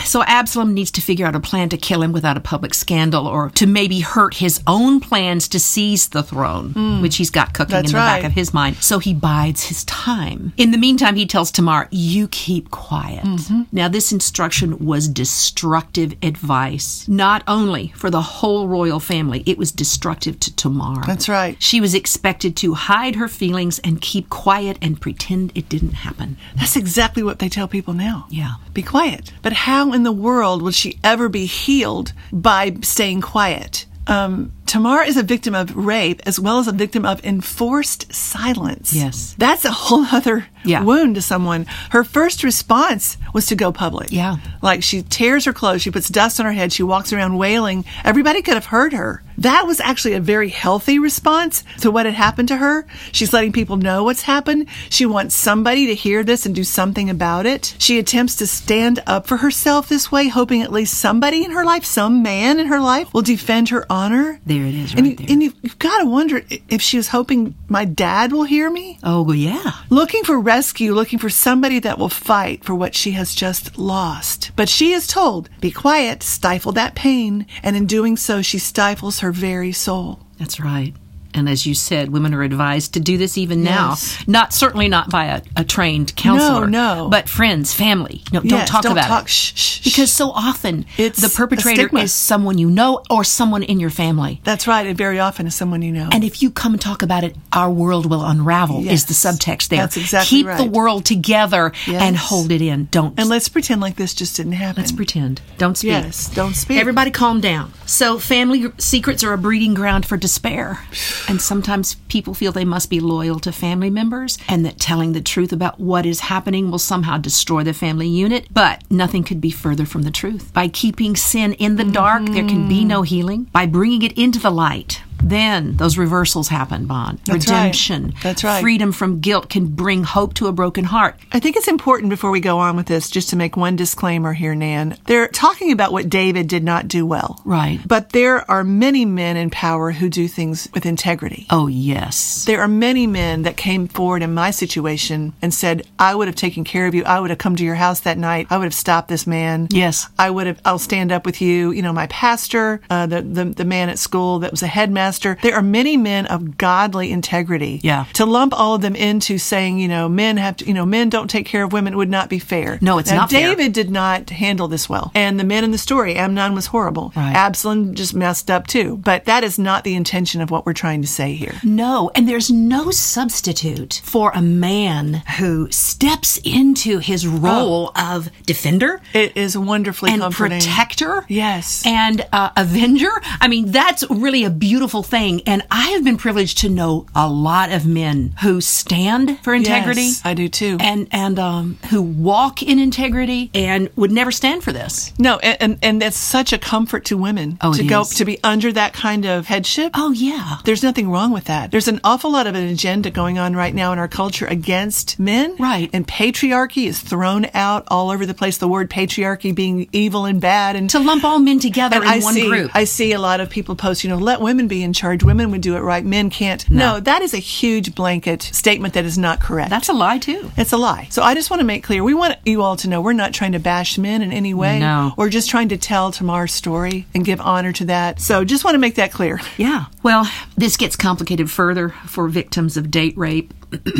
[SPEAKER 3] So Absalom needs to figure out a plan to kill him without a public scandal or to maybe hurt his own plans to seize the throne, which he's got cooking
[SPEAKER 1] Hmm. That's
[SPEAKER 3] in the
[SPEAKER 1] right.
[SPEAKER 3] back of his mind. So he bides his time. In the meantime, he tells Tamar, You keep quiet.
[SPEAKER 1] Mm-hmm.
[SPEAKER 3] Now, this instruction was destructive advice, not only for the whole royal family, it was destructive to Tamar.
[SPEAKER 1] That's right.
[SPEAKER 3] She was expected to hide her feelings and keep quiet and pretend it didn't happen.
[SPEAKER 1] That's exactly what they tell people now.
[SPEAKER 3] Yeah.
[SPEAKER 1] Be quiet. But how in the world would she ever be healed by staying quiet? Um, Tamar is a victim of rape as well as a victim of enforced silence.
[SPEAKER 3] Yes.
[SPEAKER 1] That's a whole other
[SPEAKER 3] Yeah.
[SPEAKER 1] wound to someone. Her first response was to go public.
[SPEAKER 3] Yeah.
[SPEAKER 1] Like she tears her clothes, she puts dust on her head, she walks around wailing. Everybody could have heard her. That was actually a very healthy response to what had happened to her. She's letting people know what's happened. She wants somebody to hear this and do something about it. She attempts to stand up for herself this way, hoping at least somebody in her life, some man in her life, will defend her honor.
[SPEAKER 3] There it is,
[SPEAKER 1] And,
[SPEAKER 3] right
[SPEAKER 1] you,
[SPEAKER 3] there.
[SPEAKER 1] and you, you've got to wonder i- if she was hoping my dad will hear me
[SPEAKER 3] Oh, yeah.
[SPEAKER 1] looking for rescue, looking for somebody that will fight for what she has just lost. But she is told, be quiet, stifle that pain, and in doing so, she stifles her very soul.
[SPEAKER 3] That's right. And as you said, women are advised to do this even
[SPEAKER 1] Yes.
[SPEAKER 3] now. Not certainly not by a, a trained counselor.
[SPEAKER 1] no.
[SPEAKER 3] But friends, family. No,
[SPEAKER 1] Yes,
[SPEAKER 3] don't talk
[SPEAKER 1] don't
[SPEAKER 3] about
[SPEAKER 1] talk.
[SPEAKER 3] it.
[SPEAKER 1] Shh, shh, shh.
[SPEAKER 3] because so often
[SPEAKER 1] It's
[SPEAKER 3] the
[SPEAKER 1] a
[SPEAKER 3] perpetrator
[SPEAKER 1] stigma.
[SPEAKER 3] is someone you know or someone in your family.
[SPEAKER 1] That's right, and very often is someone you know.
[SPEAKER 3] And if you come and talk about it, our world will unravel.
[SPEAKER 1] Yes.
[SPEAKER 3] Is the subtext there?
[SPEAKER 1] That's exactly
[SPEAKER 3] Keep the
[SPEAKER 1] right.
[SPEAKER 3] world together and
[SPEAKER 1] Yes.
[SPEAKER 3] hold it in. Don't.
[SPEAKER 1] and let's pretend like this just didn't happen.
[SPEAKER 3] Let's pretend. Don't speak.
[SPEAKER 1] Yes, don't speak.
[SPEAKER 3] Everybody calm down. So, family secrets are a breeding ground for despair. And sometimes people feel they must be loyal to family members and that telling the truth about what is happening will somehow destroy the family unit. But nothing could be further from the truth. By keeping sin in the dark, there can be no healing. By bringing it into the light,
[SPEAKER 2] Then those reversals happen, Bond.
[SPEAKER 1] That's right.
[SPEAKER 2] Redemption.
[SPEAKER 1] That's right.
[SPEAKER 2] Freedom from guilt can bring hope to a broken heart.
[SPEAKER 1] I think it's important before we go on with this just to make one disclaimer here, Nan. They're talking about what David did not do well.
[SPEAKER 2] Right.
[SPEAKER 1] But there are many men in power who do things with integrity.
[SPEAKER 2] Oh, yes.
[SPEAKER 1] There are many men that came forward in my situation and said, I would have taken care of you. I would have come to your house that night. I would have stopped this man.
[SPEAKER 2] Yes.
[SPEAKER 1] I would have, I'll stand up with you. You know, my pastor, uh, the, the, the man at school that was a headmaster. There are many men of godly integrity.
[SPEAKER 2] Yeah.
[SPEAKER 1] To lump all of them into saying, you know, men have to, you know, men don't take care of women would not be fair.
[SPEAKER 2] No, it's
[SPEAKER 1] Now,
[SPEAKER 2] not fair.
[SPEAKER 1] David did not handle this well. And the men in the story, Amnon was horrible.
[SPEAKER 2] Right.
[SPEAKER 1] Absalom just messed up too. But that is not the intention of what we're trying to say here.
[SPEAKER 3] No, and there's no substitute for a man who steps into his role of defender
[SPEAKER 1] Oh. It is wonderfully
[SPEAKER 3] and
[SPEAKER 1] comforting.
[SPEAKER 3] protector.
[SPEAKER 1] Yes.
[SPEAKER 3] And uh, avenger. I mean, that's really a beautiful thing. And I have been privileged to know a lot of men who stand for integrity.
[SPEAKER 1] Yes, I do too.
[SPEAKER 3] And and um, who walk in integrity and would never stand for this.
[SPEAKER 1] no, and, and and that's such a comfort to women
[SPEAKER 2] Oh, it
[SPEAKER 1] to go
[SPEAKER 2] is.
[SPEAKER 1] to be under that kind of headship.
[SPEAKER 3] Oh yeah.
[SPEAKER 1] There's nothing wrong with that. There's an awful lot of an agenda going on right now in our culture against men.
[SPEAKER 3] Right.
[SPEAKER 1] And patriarchy is thrown out all over the place. The word patriarchy being evil and bad and
[SPEAKER 3] To lump all men together
[SPEAKER 1] and
[SPEAKER 3] in
[SPEAKER 1] I
[SPEAKER 3] one
[SPEAKER 1] see,
[SPEAKER 3] group.
[SPEAKER 1] I see a lot of people post, you know, let women be in charge. Women would do it right. Men can't. No, that is a huge blanket statement that is not correct.
[SPEAKER 2] That's a lie, too.
[SPEAKER 1] It's a lie. So I just want to make clear we want you all to know we're not trying to bash men in any way.
[SPEAKER 2] No.
[SPEAKER 1] We're just trying to tell Tamar's story and give honor to that. So just want to make that clear.
[SPEAKER 2] Yeah.
[SPEAKER 3] Well, this gets complicated further for victims of date rape,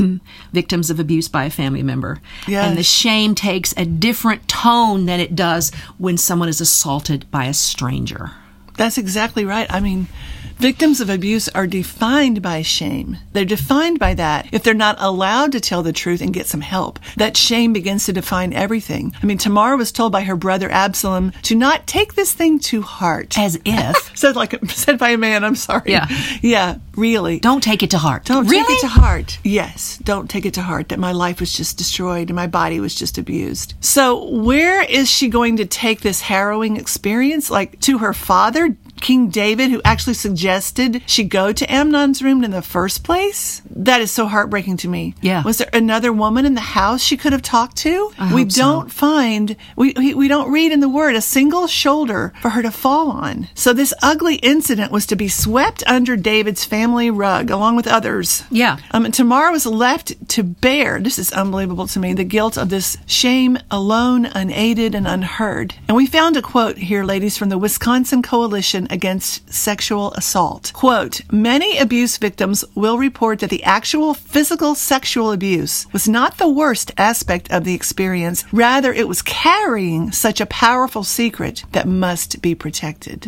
[SPEAKER 3] victims of abuse by a family member.
[SPEAKER 1] Yes.
[SPEAKER 3] And the shame takes a different tone than it does when someone is assaulted by a stranger.
[SPEAKER 1] That's exactly right. I mean, victims of abuse are defined by shame. They're defined by that. If they're not allowed to tell the truth and get some help, that shame begins to define everything. I mean, Tamar was told by her brother Absalom to not take this thing to heart.
[SPEAKER 3] As if.
[SPEAKER 1] Said like said by a man. I'm sorry.
[SPEAKER 3] Yeah.
[SPEAKER 1] yeah. Really.
[SPEAKER 3] don't take it to heart.
[SPEAKER 1] Don't
[SPEAKER 3] really?
[SPEAKER 1] take it to heart. Yes, don't take it to heart that my life was just destroyed and my body was just abused. So, where is she going to take this harrowing experience? Like to her father, King David, who actually suggested she go to Amnon's room in the first place? That is so heartbreaking to me.
[SPEAKER 2] Yeah.
[SPEAKER 1] Was there another woman in the house she could have talked to? we
[SPEAKER 2] hope so.
[SPEAKER 1] don't find, we, we, we don't read in the word a single shoulder for her to fall on. So, this ugly incident was to be swept under David's family rug along with others.
[SPEAKER 3] Yeah.
[SPEAKER 1] Um, and Tamar was left to bear, this is unbelievable to me, the guilt of this shame alone, unaided, and unheard. And we found a quote here, ladies, from the Wisconsin Coalition Against Sexual Assault. Quote, many abuse victims will report that the actual physical sexual abuse was not the worst aspect of the experience. Rather, it was carrying such a powerful secret that must be protected.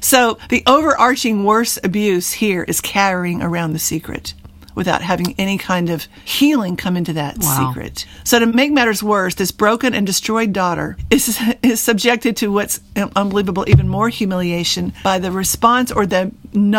[SPEAKER 1] So the overarching worst abuse here is carrying around the secret without having any kind of healing come into that
[SPEAKER 2] Wow.
[SPEAKER 1] secret. So to make matters worse, this broken and destroyed daughter is is subjected to what's unbelievable, even more humiliation by the response or the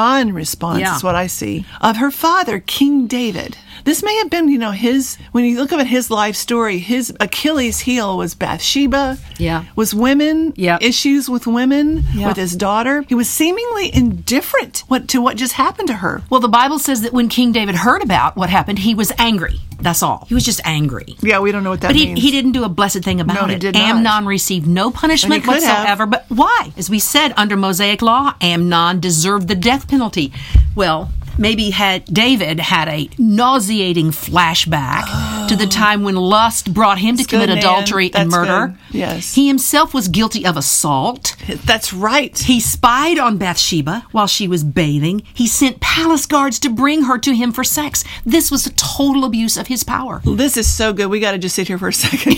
[SPEAKER 1] non-response
[SPEAKER 2] Yeah.
[SPEAKER 1] is what I see of her father, King David. This may have been, you know, his when you look at his life story, his Achilles heel was Bathsheba.
[SPEAKER 2] Yeah.
[SPEAKER 1] Was women,
[SPEAKER 2] Yeah.
[SPEAKER 1] issues with women,
[SPEAKER 2] Yeah.
[SPEAKER 1] with his daughter. He was seemingly indifferent what, to what just happened to her.
[SPEAKER 3] Well, the Bible says that when King David heard about what happened, he was angry. That's all. He was just angry.
[SPEAKER 1] Yeah, we don't know what that
[SPEAKER 3] But he,
[SPEAKER 1] means.
[SPEAKER 3] he didn't do a blessed thing about
[SPEAKER 1] No, he
[SPEAKER 3] it.
[SPEAKER 1] did not.
[SPEAKER 3] Amnon received no punishment
[SPEAKER 1] And he could have.
[SPEAKER 3] whatsoever. But why? As we said, under Mosaic law, Amnon deserved the death penalty. Well, maybe had David had a nauseating flashback to the time when lust brought him to commit
[SPEAKER 1] Oh. good, Nan.
[SPEAKER 3] adultery and
[SPEAKER 1] That's
[SPEAKER 3] murder.
[SPEAKER 1] good. Yes.
[SPEAKER 3] He himself was guilty of assault.
[SPEAKER 1] That's right.
[SPEAKER 3] He spied on Bathsheba while she was bathing. He sent palace guards to bring her to him for sex. This was a total abuse of his power.
[SPEAKER 1] This is so good. We got to just sit here for a second.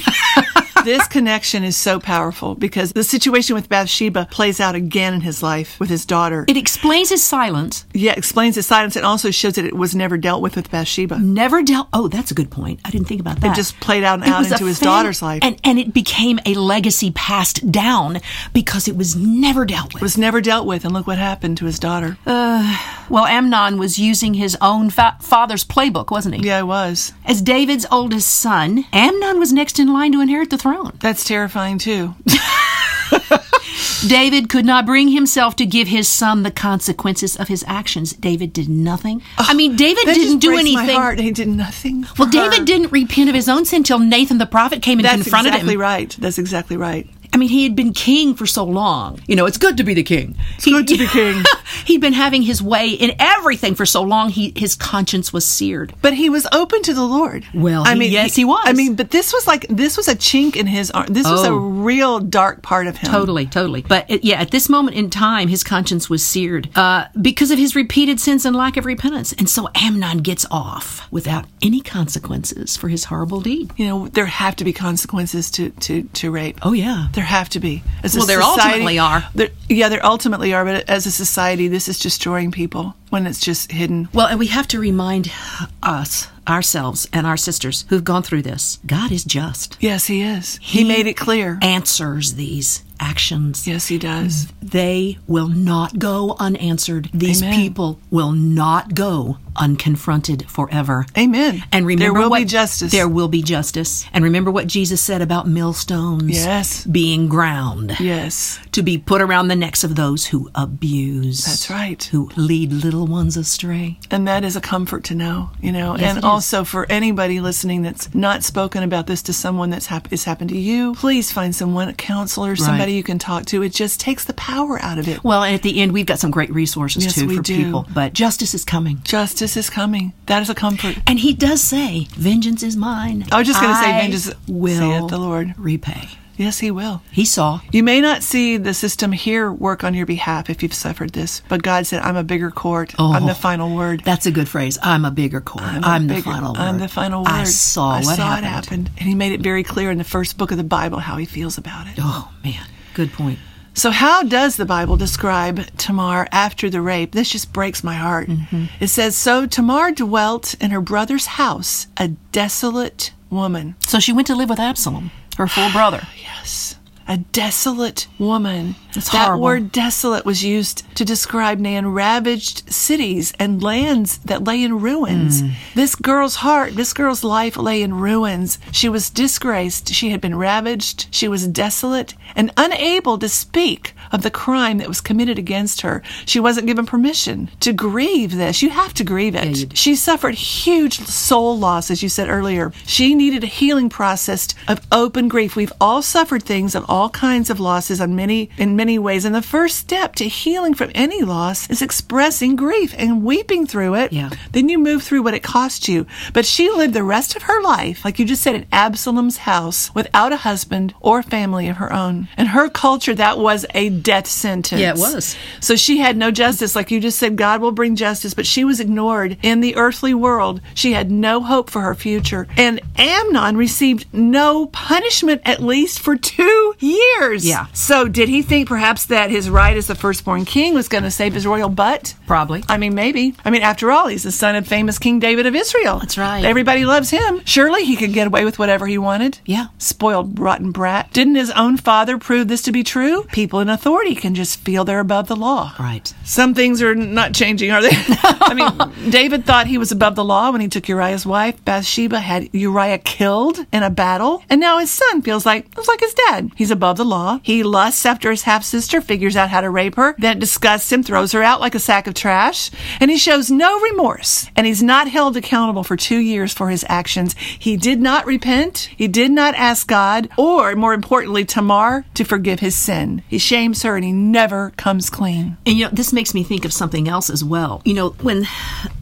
[SPEAKER 1] this connection is so powerful because the situation with Bathsheba plays out again in his life with his daughter.
[SPEAKER 3] It explains his silence
[SPEAKER 1] yeah, explains his silence and also shows that it was never dealt with with Bathsheba.
[SPEAKER 3] never dealt. Oh, that's a good point. I didn't think about that.
[SPEAKER 1] just played out and out
[SPEAKER 3] was a
[SPEAKER 1] into his
[SPEAKER 3] thing,
[SPEAKER 1] daughter's life.
[SPEAKER 3] and and it became a legacy passed down because it was never dealt with.
[SPEAKER 1] Was never dealt with, and look what happened to his daughter. Oh, Uh,
[SPEAKER 3] well, Amnon was using his own fa- father's playbook, wasn't he?
[SPEAKER 1] yeah, it was.
[SPEAKER 3] As David's oldest son, Amnon was next in line to inherit the throne.
[SPEAKER 1] That's terrifying too.
[SPEAKER 3] David could not bring himself to give his son the consequences of his actions. David did nothing. I mean, David
[SPEAKER 1] That just
[SPEAKER 3] didn't do
[SPEAKER 1] breaks
[SPEAKER 3] anything.
[SPEAKER 1] My heart. He did nothing. for
[SPEAKER 3] Well, David
[SPEAKER 1] her.
[SPEAKER 3] didn't repent of his own sin till Nathan the prophet came and
[SPEAKER 1] That's
[SPEAKER 3] confronted
[SPEAKER 1] exactly
[SPEAKER 3] him.
[SPEAKER 1] right. That's exactly right.
[SPEAKER 3] I mean, he had been king for so long. You know, it's good to be the king. It's
[SPEAKER 1] good to be king.
[SPEAKER 3] He'd been having his way in everything for so long. He his conscience was seared.
[SPEAKER 1] But he was open to the Lord.
[SPEAKER 3] Well, he- yes, he was.
[SPEAKER 1] I mean, but this was like this was a chink in his arm. This was a
[SPEAKER 3] Oh.
[SPEAKER 1] real dark part of him.
[SPEAKER 3] Totally, totally. But it, yeah, at this moment in time, his conscience was seared uh, because of his repeated sins and lack of repentance. And so Amnon gets off without any consequences for his horrible deed.
[SPEAKER 1] You know, there have to be consequences to to to rape.
[SPEAKER 3] Oh, yeah.
[SPEAKER 1] there have to be. As a
[SPEAKER 3] Well, there
[SPEAKER 1] society-
[SPEAKER 3] ultimately are.
[SPEAKER 1] there- yeah, there ultimately are. But as a society, this is destroying people when it's just hidden.
[SPEAKER 3] Well, and we have to remind us, ourselves, and our sisters who've gone through this God is just,
[SPEAKER 1] Yes, he is. He, made it clear.
[SPEAKER 3] answers these actions.
[SPEAKER 1] yes, he does.
[SPEAKER 3] Mm-hmm. They will not go unanswered. These
[SPEAKER 1] Amen.
[SPEAKER 3] people will not go unconfronted forever.
[SPEAKER 1] Amen.
[SPEAKER 3] And remember
[SPEAKER 1] there will
[SPEAKER 3] what,
[SPEAKER 1] be justice.
[SPEAKER 3] There will be justice. And remember what Jesus said about millstones
[SPEAKER 1] Yes.
[SPEAKER 3] being ground
[SPEAKER 1] Yes,
[SPEAKER 3] to be put around the necks of those who abuse.
[SPEAKER 1] that's right.
[SPEAKER 3] Who lead little ones astray.
[SPEAKER 1] And that is a comfort to know, you know.
[SPEAKER 3] Yes, it
[SPEAKER 1] and
[SPEAKER 3] is.
[SPEAKER 1] also for anybody listening that's not spoken about this to someone that's hap- it's happened to you, please find someone, a counselor, somebody you can talk to. It just takes the power out of it.
[SPEAKER 3] Well, and at the end, we've got some great resources
[SPEAKER 1] Yes,
[SPEAKER 3] too
[SPEAKER 1] we
[SPEAKER 3] for
[SPEAKER 1] do.
[SPEAKER 3] people. But justice is coming.
[SPEAKER 1] Justice is coming. That is a comfort.
[SPEAKER 3] And he does say, Vengeance is mine.
[SPEAKER 1] I was just gonna say,
[SPEAKER 3] I
[SPEAKER 1] "Vengeance
[SPEAKER 3] will
[SPEAKER 1] saith the Lord."
[SPEAKER 3] repay.
[SPEAKER 1] Yes, He will.
[SPEAKER 3] He saw.
[SPEAKER 1] You may not see the system here work on your behalf if you've suffered this, but God said, I'm a bigger court. I'm the final word.
[SPEAKER 3] That's a good phrase. I'm a bigger court. Oh, I'm,
[SPEAKER 1] a
[SPEAKER 3] the
[SPEAKER 1] bigger-
[SPEAKER 3] final word.
[SPEAKER 1] I'm the final word.
[SPEAKER 3] I saw
[SPEAKER 1] I
[SPEAKER 3] what
[SPEAKER 1] saw
[SPEAKER 3] happened.
[SPEAKER 1] it happened. And He made it very clear in the first book of the Bible how He feels about it.
[SPEAKER 3] Oh, man. Good point.
[SPEAKER 1] So, how does the Bible describe Tamar after the rape? This just breaks my heart.
[SPEAKER 3] Mm-hmm.
[SPEAKER 1] It says, So Tamar dwelt in her brother's house, a desolate woman.
[SPEAKER 3] So she went to live with Absalom, her full brother.
[SPEAKER 1] Yes. A desolate woman.
[SPEAKER 3] That's
[SPEAKER 1] that
[SPEAKER 3] horrible.
[SPEAKER 1] word desolate was used to describe Nan ravaged cities and lands that lay in ruins.
[SPEAKER 3] Hmm.
[SPEAKER 1] This girl's heart, this girl's life lay in ruins. She was disgraced. She had been ravaged. She was desolate and unable to speak of the crime that was committed against her. She wasn't given permission to grieve this. You have to grieve it. she suffered huge soul loss, as you said earlier. She needed a healing process of open grief. We've all suffered things of all kinds of losses on many in many ways. And the first step to healing from any loss is expressing grief and weeping through it.
[SPEAKER 3] Yeah.
[SPEAKER 1] Then you move through what it cost you. But she lived the rest of her life, like you just said, in Absalom's house without a husband or family of her own. In her culture, that was a death sentence.
[SPEAKER 3] Yeah, it was.
[SPEAKER 1] So she had no justice. Like you just said, God will bring justice, but she was ignored in the earthly world. She had no hope for her future. And Amnon received no punishment, at least for two years.
[SPEAKER 3] Yeah.
[SPEAKER 1] So did he think perhaps that his right as the firstborn king was going to save his royal butt?
[SPEAKER 3] Probably.
[SPEAKER 1] I mean, maybe. I mean, after all, he's the son of famous King David of Israel.
[SPEAKER 3] That's right.
[SPEAKER 1] Everybody loves him. Surely he could get away with whatever he wanted.
[SPEAKER 3] Yeah.
[SPEAKER 1] Spoiled, rotten brat. Didn't his own father prove this to be true? People in authority can just feel they're above the law.
[SPEAKER 3] Right.
[SPEAKER 1] Some things are not changing, are they? I mean, David thought he was above the law when he took Uriah's wife. Bathsheba had Uriah killed in a battle, and now his son feels like feels like his dad. He's above the law. He lusts after his half sister, figures out how to rape her, then it disgusts him, throws her out like a sack of trash, and he shows no remorse. And he's not held accountable for two years for his actions. He did not repent. He did not ask God, or more importantly, Tamar, to forgive his sin. He shames her, and he never comes clean.
[SPEAKER 3] And you know, this makes me think of something else as well. You know, when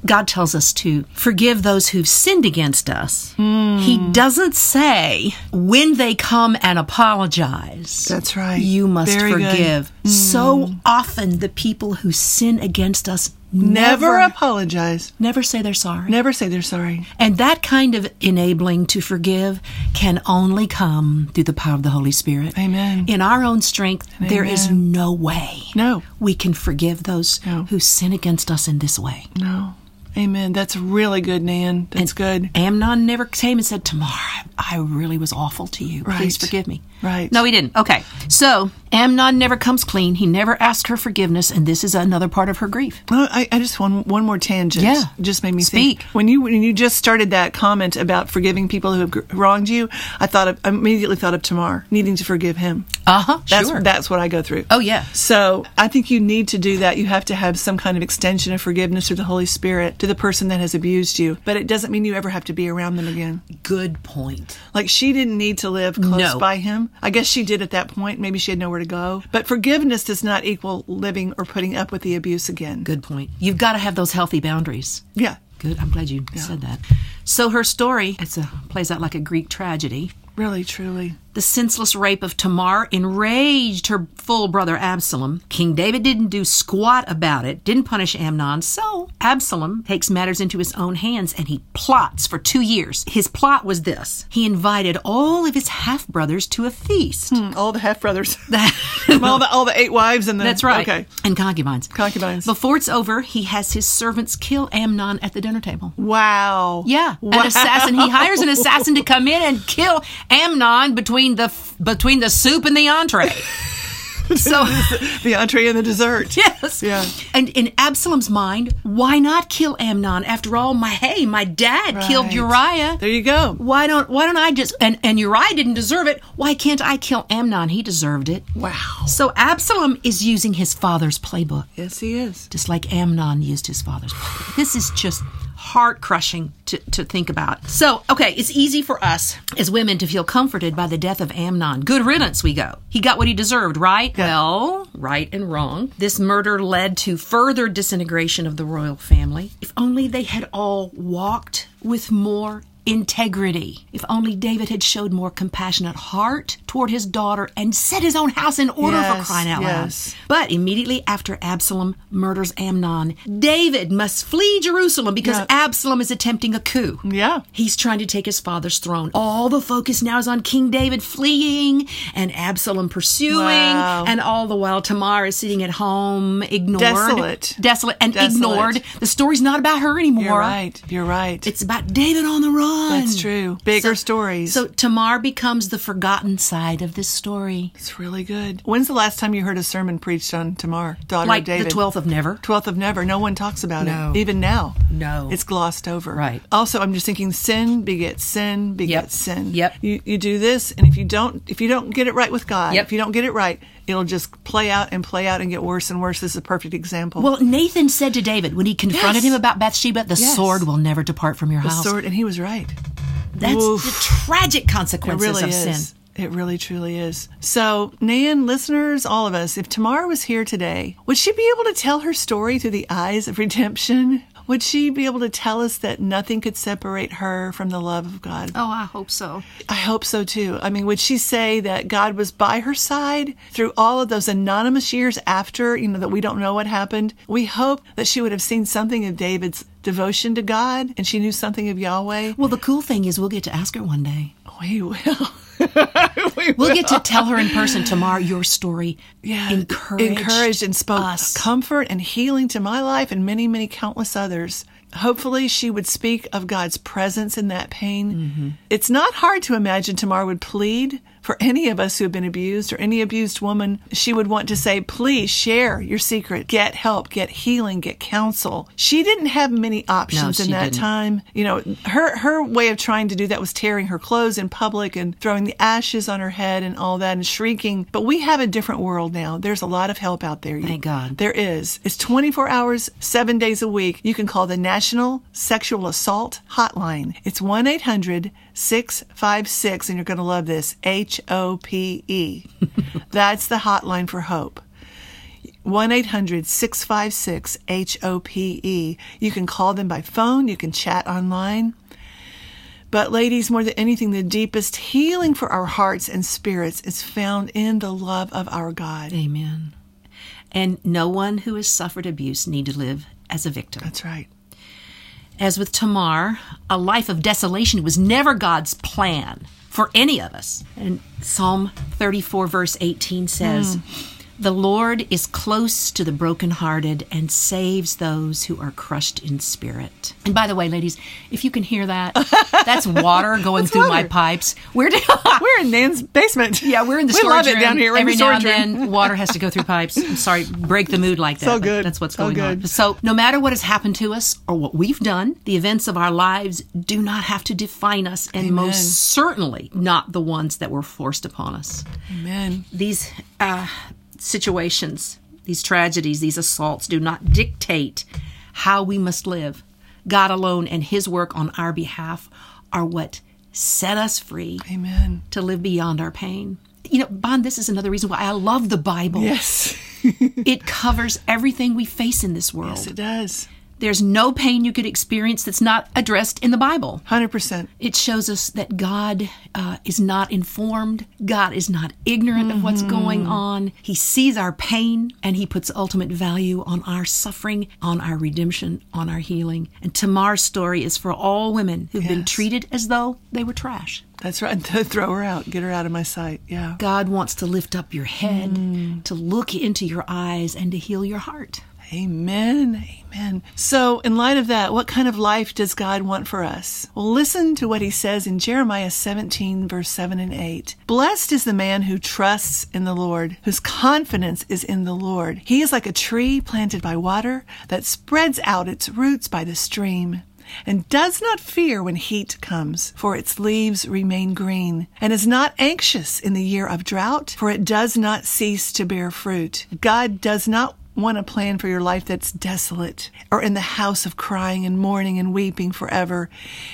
[SPEAKER 3] God tells us to forgive those who've sinned against us,
[SPEAKER 1] Hmm.
[SPEAKER 3] He doesn't say when they come and apologize.
[SPEAKER 1] That's right.
[SPEAKER 3] You must
[SPEAKER 1] Very good. Hmm.
[SPEAKER 3] forgive. So often, the people who sin against us never,
[SPEAKER 1] Never
[SPEAKER 3] never,
[SPEAKER 1] apologize.
[SPEAKER 3] say they're sorry.
[SPEAKER 1] Never say they're sorry.
[SPEAKER 3] And that kind of enabling to forgive can only come through the power of the Holy Spirit.
[SPEAKER 1] Amen.
[SPEAKER 3] In our own strength, there is
[SPEAKER 1] Amen.
[SPEAKER 3] no way.
[SPEAKER 1] No.
[SPEAKER 3] We can forgive those
[SPEAKER 1] No.
[SPEAKER 3] who sin against us in this way.
[SPEAKER 1] No. Amen. That's really good, Nan. That's good.
[SPEAKER 3] Amnon never came and said, Tamar, I, I really was awful to you. Please
[SPEAKER 1] Right.
[SPEAKER 3] forgive me.
[SPEAKER 1] Right.
[SPEAKER 3] No, he didn't. Okay. So Amnon never comes clean. He never asked her forgiveness. And this is another part of her grief.
[SPEAKER 1] Well, I, I just one one more tangent.
[SPEAKER 3] Yeah.
[SPEAKER 1] It just made me
[SPEAKER 3] Speak.
[SPEAKER 1] think. When you when you just started that comment about forgiving people who have gr- wronged you, I thought of I immediately thought of Tamar needing to forgive him.
[SPEAKER 3] Uh huh.
[SPEAKER 1] Uh-huh. That's,
[SPEAKER 3] Sure.
[SPEAKER 1] that's what I go through.
[SPEAKER 3] Oh, yeah.
[SPEAKER 1] So I think you need to do that. You have to have some kind of extension of forgiveness through the Holy Spirit to the person that has abused you. But it doesn't mean you ever have to be around them again.
[SPEAKER 3] Good point.
[SPEAKER 1] Like she didn't need to live close
[SPEAKER 3] No.
[SPEAKER 1] by him. I guess she did at that point. Maybe she had nowhere to go. But forgiveness does not equal living or putting up with the abuse again.
[SPEAKER 3] Good point. You've got to have those healthy boundaries.
[SPEAKER 1] Yeah.
[SPEAKER 3] Good. I'm glad you said that. So her story it's a plays out like a Greek tragedy.
[SPEAKER 1] Really, truly.
[SPEAKER 3] The senseless rape of Tamar enraged her full brother Absalom. King David didn't do squat about it, didn't punish Amnon, so Absalom takes matters into his own hands and he plots for two years. His plot was this he invited all of his half brothers to a feast.
[SPEAKER 1] Mm, All the half brothers. all the all the eight wives and the
[SPEAKER 3] That's right.
[SPEAKER 1] Okay.
[SPEAKER 3] And concubines.
[SPEAKER 1] Concubines.
[SPEAKER 3] Before it's over, he has his servants kill Amnon at the dinner table.
[SPEAKER 1] Wow.
[SPEAKER 3] Yeah,
[SPEAKER 1] Wow.
[SPEAKER 3] an assassin. He hires an assassin to come in and kill Amnon between the f- between the soup and the entree. so
[SPEAKER 1] The entree and the dessert.
[SPEAKER 3] yes,
[SPEAKER 1] Yeah.
[SPEAKER 3] And in Absalom's mind, why not kill Amnon? After all, my hey, my dad killed
[SPEAKER 1] Right.
[SPEAKER 3] Uriah.
[SPEAKER 1] There you go.
[SPEAKER 3] Why don't Why don't I just and and Uriah didn't deserve it? Why can't I kill Amnon? He deserved it.
[SPEAKER 1] Wow.
[SPEAKER 3] So Absalom is using his father's playbook
[SPEAKER 1] Yes, he is.
[SPEAKER 3] just like Amnon used his father's. playbook. This is just heart crushing to, to think about. So, okay, it's easy for us as women to feel comforted by the death of Amnon. Good riddance, we go. He got what he deserved, right? Well, right and wrong. This murder led to further disintegration of the royal family. If only they had all walked with more integrity. If only David had showed more compassionate heart toward his daughter and set his own house in order for
[SPEAKER 1] Yes,
[SPEAKER 3] crying out
[SPEAKER 1] yes.
[SPEAKER 3] loud. But immediately after Absalom murders Amnon, David must flee Jerusalem because
[SPEAKER 1] Yeah.
[SPEAKER 3] Absalom is attempting a coup.
[SPEAKER 1] Yeah.
[SPEAKER 3] He's trying to take his father's throne. All the focus now is on King David fleeing and Absalom pursuing.
[SPEAKER 1] Wow.
[SPEAKER 3] And all the while, Tamar is sitting at home, ignored.
[SPEAKER 1] Desolate.
[SPEAKER 3] Desolate and
[SPEAKER 1] Desolate.
[SPEAKER 3] ignored. The story's not about her anymore.
[SPEAKER 1] You're right. You're right.
[SPEAKER 3] It's about David on the run.
[SPEAKER 1] That's true. Bigger stories.
[SPEAKER 3] So Tamar becomes the forgotten side of this story.
[SPEAKER 1] it's really good. When's the last time you heard a sermon preached on Tamar, daughter
[SPEAKER 3] Like
[SPEAKER 1] of David?
[SPEAKER 3] the 12th of Never.
[SPEAKER 1] 12th of never. No one talks about
[SPEAKER 3] No.
[SPEAKER 1] it. Even now.
[SPEAKER 3] No.
[SPEAKER 1] It's glossed over.
[SPEAKER 3] Right.
[SPEAKER 1] Also, I'm just thinking sin begets sin begets sin.
[SPEAKER 3] Yep.
[SPEAKER 1] You you do this and if you don't if you don't get it right with God,
[SPEAKER 3] Yep.
[SPEAKER 1] if you don't get it right, it'll just play out and play out and get worse and worse. This is a perfect example.
[SPEAKER 3] Well, Nathan said to David when he confronted
[SPEAKER 1] Yes.
[SPEAKER 3] him about Bathsheba, the
[SPEAKER 1] Yes.
[SPEAKER 3] sword will never depart from your
[SPEAKER 1] the
[SPEAKER 3] house.
[SPEAKER 1] sword and he was right.
[SPEAKER 3] That's
[SPEAKER 1] Oof.
[SPEAKER 3] the tragic
[SPEAKER 1] It
[SPEAKER 3] consequences
[SPEAKER 1] really
[SPEAKER 3] of
[SPEAKER 1] is.
[SPEAKER 3] sin.
[SPEAKER 1] It really truly is. So, Nan, listeners, all of us, if Tamar was here today, would she be able to tell her story through the eyes of redemption? Would she be able to tell us that nothing could separate her from the love of God?
[SPEAKER 4] Oh, I hope so.
[SPEAKER 1] I hope so too. I mean, would she say that God was by her side through all of those anonymous years after, you know, that we don't know what happened? We hope that she would have seen something of David's devotion to God and she knew something of Yahweh.
[SPEAKER 3] Well, the cool thing is we'll get to ask her one day.
[SPEAKER 1] We will. we
[SPEAKER 3] We'll get to tell her in person tomorrow your story.
[SPEAKER 1] Yeah,
[SPEAKER 3] encouraged,
[SPEAKER 1] encouraged and spoke
[SPEAKER 3] us.
[SPEAKER 1] comfort and healing to my life and many, many countless others. Hopefully, she would speak of God's presence in that pain.
[SPEAKER 3] Mm-hmm.
[SPEAKER 1] It's not hard to imagine Tamar would plead for any of us who have been abused or any abused woman. She would want to say, Please share your secret, get help, get healing, get counsel. She didn't have many options in
[SPEAKER 3] she
[SPEAKER 1] that
[SPEAKER 3] didn't.
[SPEAKER 1] time. You know, her, her way of trying to do that was tearing her clothes in public and throwing the ashes on her head and all that and shrieking. But we have a different world now. There's a lot of help out there.
[SPEAKER 3] Thank God.
[SPEAKER 1] There is. It's 24 hours, seven days a week. You can call the National Sexual Assault Hotline. It's 1 800 656, and you're going to love this H O P E. That's the hotline for hope. 1 800 656 H O P E. You can call them by phone, you can chat online. But, ladies, more than anything, the deepest healing for our hearts and spirits is found in the love of our God.
[SPEAKER 3] Amen. And no one who has suffered abuse need to live as a victim.
[SPEAKER 1] That's right.
[SPEAKER 3] As with Tamar, a life of desolation was never God's
[SPEAKER 1] Hmm.
[SPEAKER 3] plan for any of us. And Psalm 34, verse 18 says, The Lord is close to the brokenhearted and saves those who are crushed in spirit. And by the way, ladies, if you can hear that, that's water going
[SPEAKER 1] That's
[SPEAKER 3] through my
[SPEAKER 1] water.
[SPEAKER 3] pipes. Where do
[SPEAKER 1] We're in Nan's basement.
[SPEAKER 3] Yeah, we're in the
[SPEAKER 1] we love
[SPEAKER 3] storage
[SPEAKER 1] it
[SPEAKER 3] room.
[SPEAKER 1] down here. We're
[SPEAKER 3] Every
[SPEAKER 1] in the
[SPEAKER 3] now
[SPEAKER 1] storage
[SPEAKER 3] and
[SPEAKER 1] room.
[SPEAKER 3] then, water has to go through pipes. I'm sorry, break the mood like that.
[SPEAKER 1] So
[SPEAKER 3] but
[SPEAKER 1] good.
[SPEAKER 3] That's what's
[SPEAKER 1] So
[SPEAKER 3] going on.
[SPEAKER 1] good.
[SPEAKER 3] So, no matter what has happened to us or what we've done, the events of our lives do not have to define us, and most certainly not the ones that were forced upon us.
[SPEAKER 1] Amen.
[SPEAKER 3] These uh, situations, these tragedies, these assaults do not dictate how we must live. God alone and His work on our behalf are what set us free
[SPEAKER 1] Amen.
[SPEAKER 3] to live beyond our pain. You know, Bond, this is another reason why I love the Bible.
[SPEAKER 1] Yes.
[SPEAKER 3] It covers everything we face in this world.
[SPEAKER 1] Yes, it does.
[SPEAKER 3] There's no pain you could experience that's not addressed in the Bible.
[SPEAKER 1] 100%.
[SPEAKER 3] It shows us that God uh, is not informed, God is not ignorant of what's
[SPEAKER 1] Mm-hmm.
[SPEAKER 3] going on. He sees our pain and He puts ultimate value on our suffering, on our redemption, on our healing. And Tamar's story is for all women who've been
[SPEAKER 1] Yes.
[SPEAKER 3] treated as though they were trash.
[SPEAKER 1] That's right. Throw her out. Get her out of my sight. Yeah.
[SPEAKER 3] God wants to lift up your head, to look into your eyes, and to heal your heart.
[SPEAKER 1] Amen. Amen. So, in light of that, what kind of life does God want for us? Well, listen to what he says in Jeremiah 17, verse 7 and 8. Blessed is the man who trusts in the Lord, whose confidence is in the Lord. He is like a tree planted by water that spreads out its roots by the stream. And does not fear when heat comes, for its leaves remain green, and is not anxious in the year of drought, for it does not cease to bear fruit. God does not want a plan for your life that's desolate or in the house of crying and mourning and weeping forever.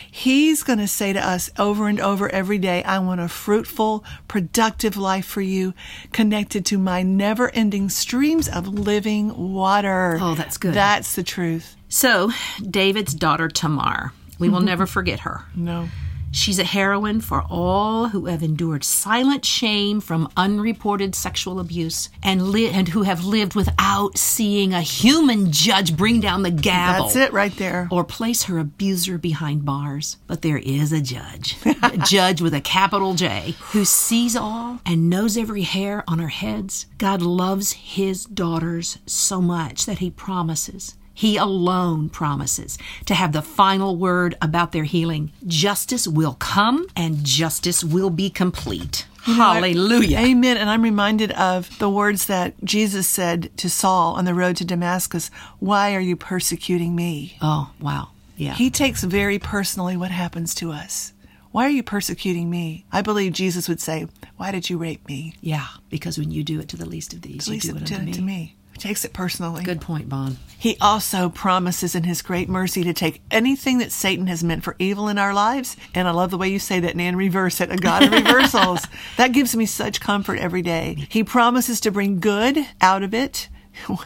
[SPEAKER 1] He's going to say to us over and over every day, I want a fruitful, productive life for you connected to my never ending streams of living water.
[SPEAKER 3] Oh, that's good.
[SPEAKER 1] That's the truth.
[SPEAKER 3] So, David's daughter Tamar, we will never forget her.
[SPEAKER 1] No.
[SPEAKER 3] She's a heroine for all who have endured silent shame from unreported sexual abuse and, li- and who have lived without seeing a human judge bring down the gavel.
[SPEAKER 1] That's it right there.
[SPEAKER 3] or place her abuser behind bars. But there is a judge, a judge with a capital J, who sees all and knows every hair on our heads. God loves his daughters so much that he promises. He alone promises to have the final word about their healing. Justice will come and justice will be complete. Hallelujah.
[SPEAKER 1] Amen. And I'm reminded of the words that Jesus said to Saul on the road to Damascus Why are you persecuting me?
[SPEAKER 3] Oh, wow. Yeah.
[SPEAKER 1] He takes very personally what happens to us. Why are you persecuting me? I believe Jesus would say, Why did you rape me?
[SPEAKER 3] yeah. Because when you do it to the least of these,
[SPEAKER 1] Please
[SPEAKER 3] you do
[SPEAKER 1] did
[SPEAKER 3] it
[SPEAKER 1] it
[SPEAKER 3] unto me.
[SPEAKER 1] to me. He takes it personally.
[SPEAKER 3] Good point, Bon.
[SPEAKER 1] He also promises in his great mercy to take anything that Satan has meant for evil in our lives, and I love the way you say that, Nan, reverse it, a God of reversals. That gives me such comfort every day. He promises to bring good out of it.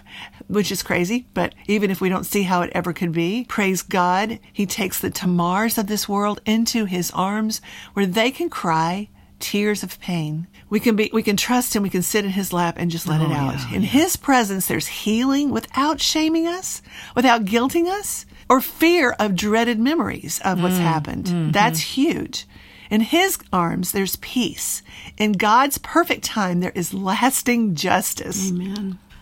[SPEAKER 1] Which is crazy, but even if we don't see how it ever could be, praise God, He takes the Tamars of this world into His arms where they can cry tears of pain. We can be, we can trust him. We can sit in his lap and just
[SPEAKER 3] Oh,
[SPEAKER 1] let it out. in his presence, there's healing without shaming us, without guilting us, or fear of dreaded memories of
[SPEAKER 3] Mm,
[SPEAKER 1] what's happened.
[SPEAKER 3] mm-hmm.
[SPEAKER 1] That's huge. In his arms, there's peace. In God's perfect time, there is lasting justice.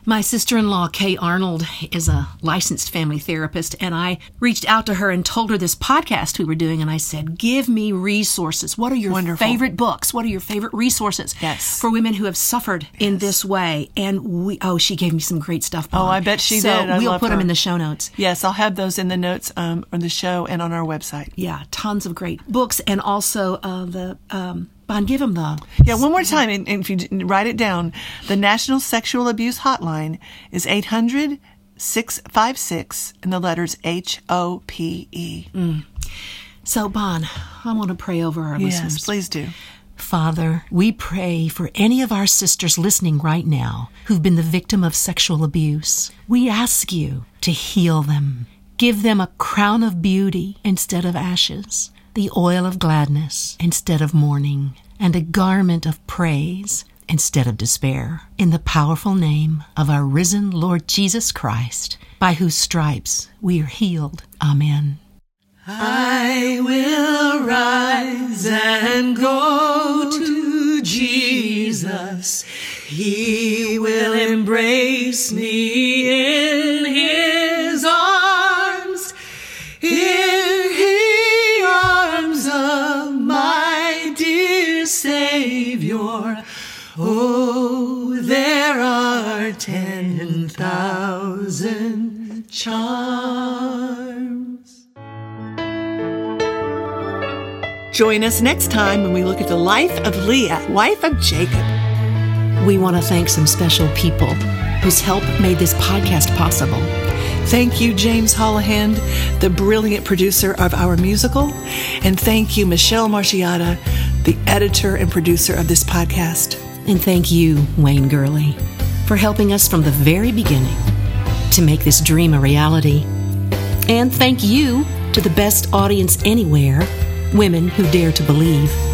[SPEAKER 3] My sister in law, Kay Arnold, is a licensed family therapist, and I reached out to her and told her this podcast we were doing. And I said, Give me resources. What are your
[SPEAKER 1] Wonderful.
[SPEAKER 3] favorite books? What are your favorite resources
[SPEAKER 1] Yes.
[SPEAKER 3] for women who have suffered in this way? And we, oh, she gave me some great stuff. Bob.
[SPEAKER 1] Oh, I bet she
[SPEAKER 3] so
[SPEAKER 1] did. I
[SPEAKER 3] we'll
[SPEAKER 1] love
[SPEAKER 3] put them
[SPEAKER 1] her.
[SPEAKER 3] in the show notes.
[SPEAKER 1] Yes, I'll have those in the notes um, on the show and on our website.
[SPEAKER 3] Yeah, tons of great books, and also uh, the, um, Bon, give them the
[SPEAKER 1] Yeah, one more time, and, and if you d- write it down, the National Sexual Abuse Hotline is 800 656, and the letters H O P E.
[SPEAKER 3] So, Bon, I want to pray over our listeners.
[SPEAKER 1] Yes, please do.
[SPEAKER 3] Father, we pray for any of our sisters listening right now who've been the victim of sexual abuse. We ask you to heal them. Give them a crown of beauty instead of ashes, the oil of gladness instead of mourning, and a garment of praise instead of despair. In the powerful name of our risen Lord Jesus Christ, by whose stripes we are healed. Amen.
[SPEAKER 1] I will rise and go to Jesus. He will Place me in his arms, in the arms of my dear Savior. Oh, there are ten thousand charms.
[SPEAKER 5] Join us next time when we look at the life of Leah, wife of Jacob.
[SPEAKER 3] We want to thank some special people whose help made this podcast possible.
[SPEAKER 5] Thank you, James Hollihand, the brilliant producer of our musical. And thank you, Michelle Marciotta, the editor and producer of this podcast.
[SPEAKER 3] And thank you, Wayne Gurley, for helping us from the very beginning to make this dream a reality. And thank you to the best audience anywhere women who dare to believe.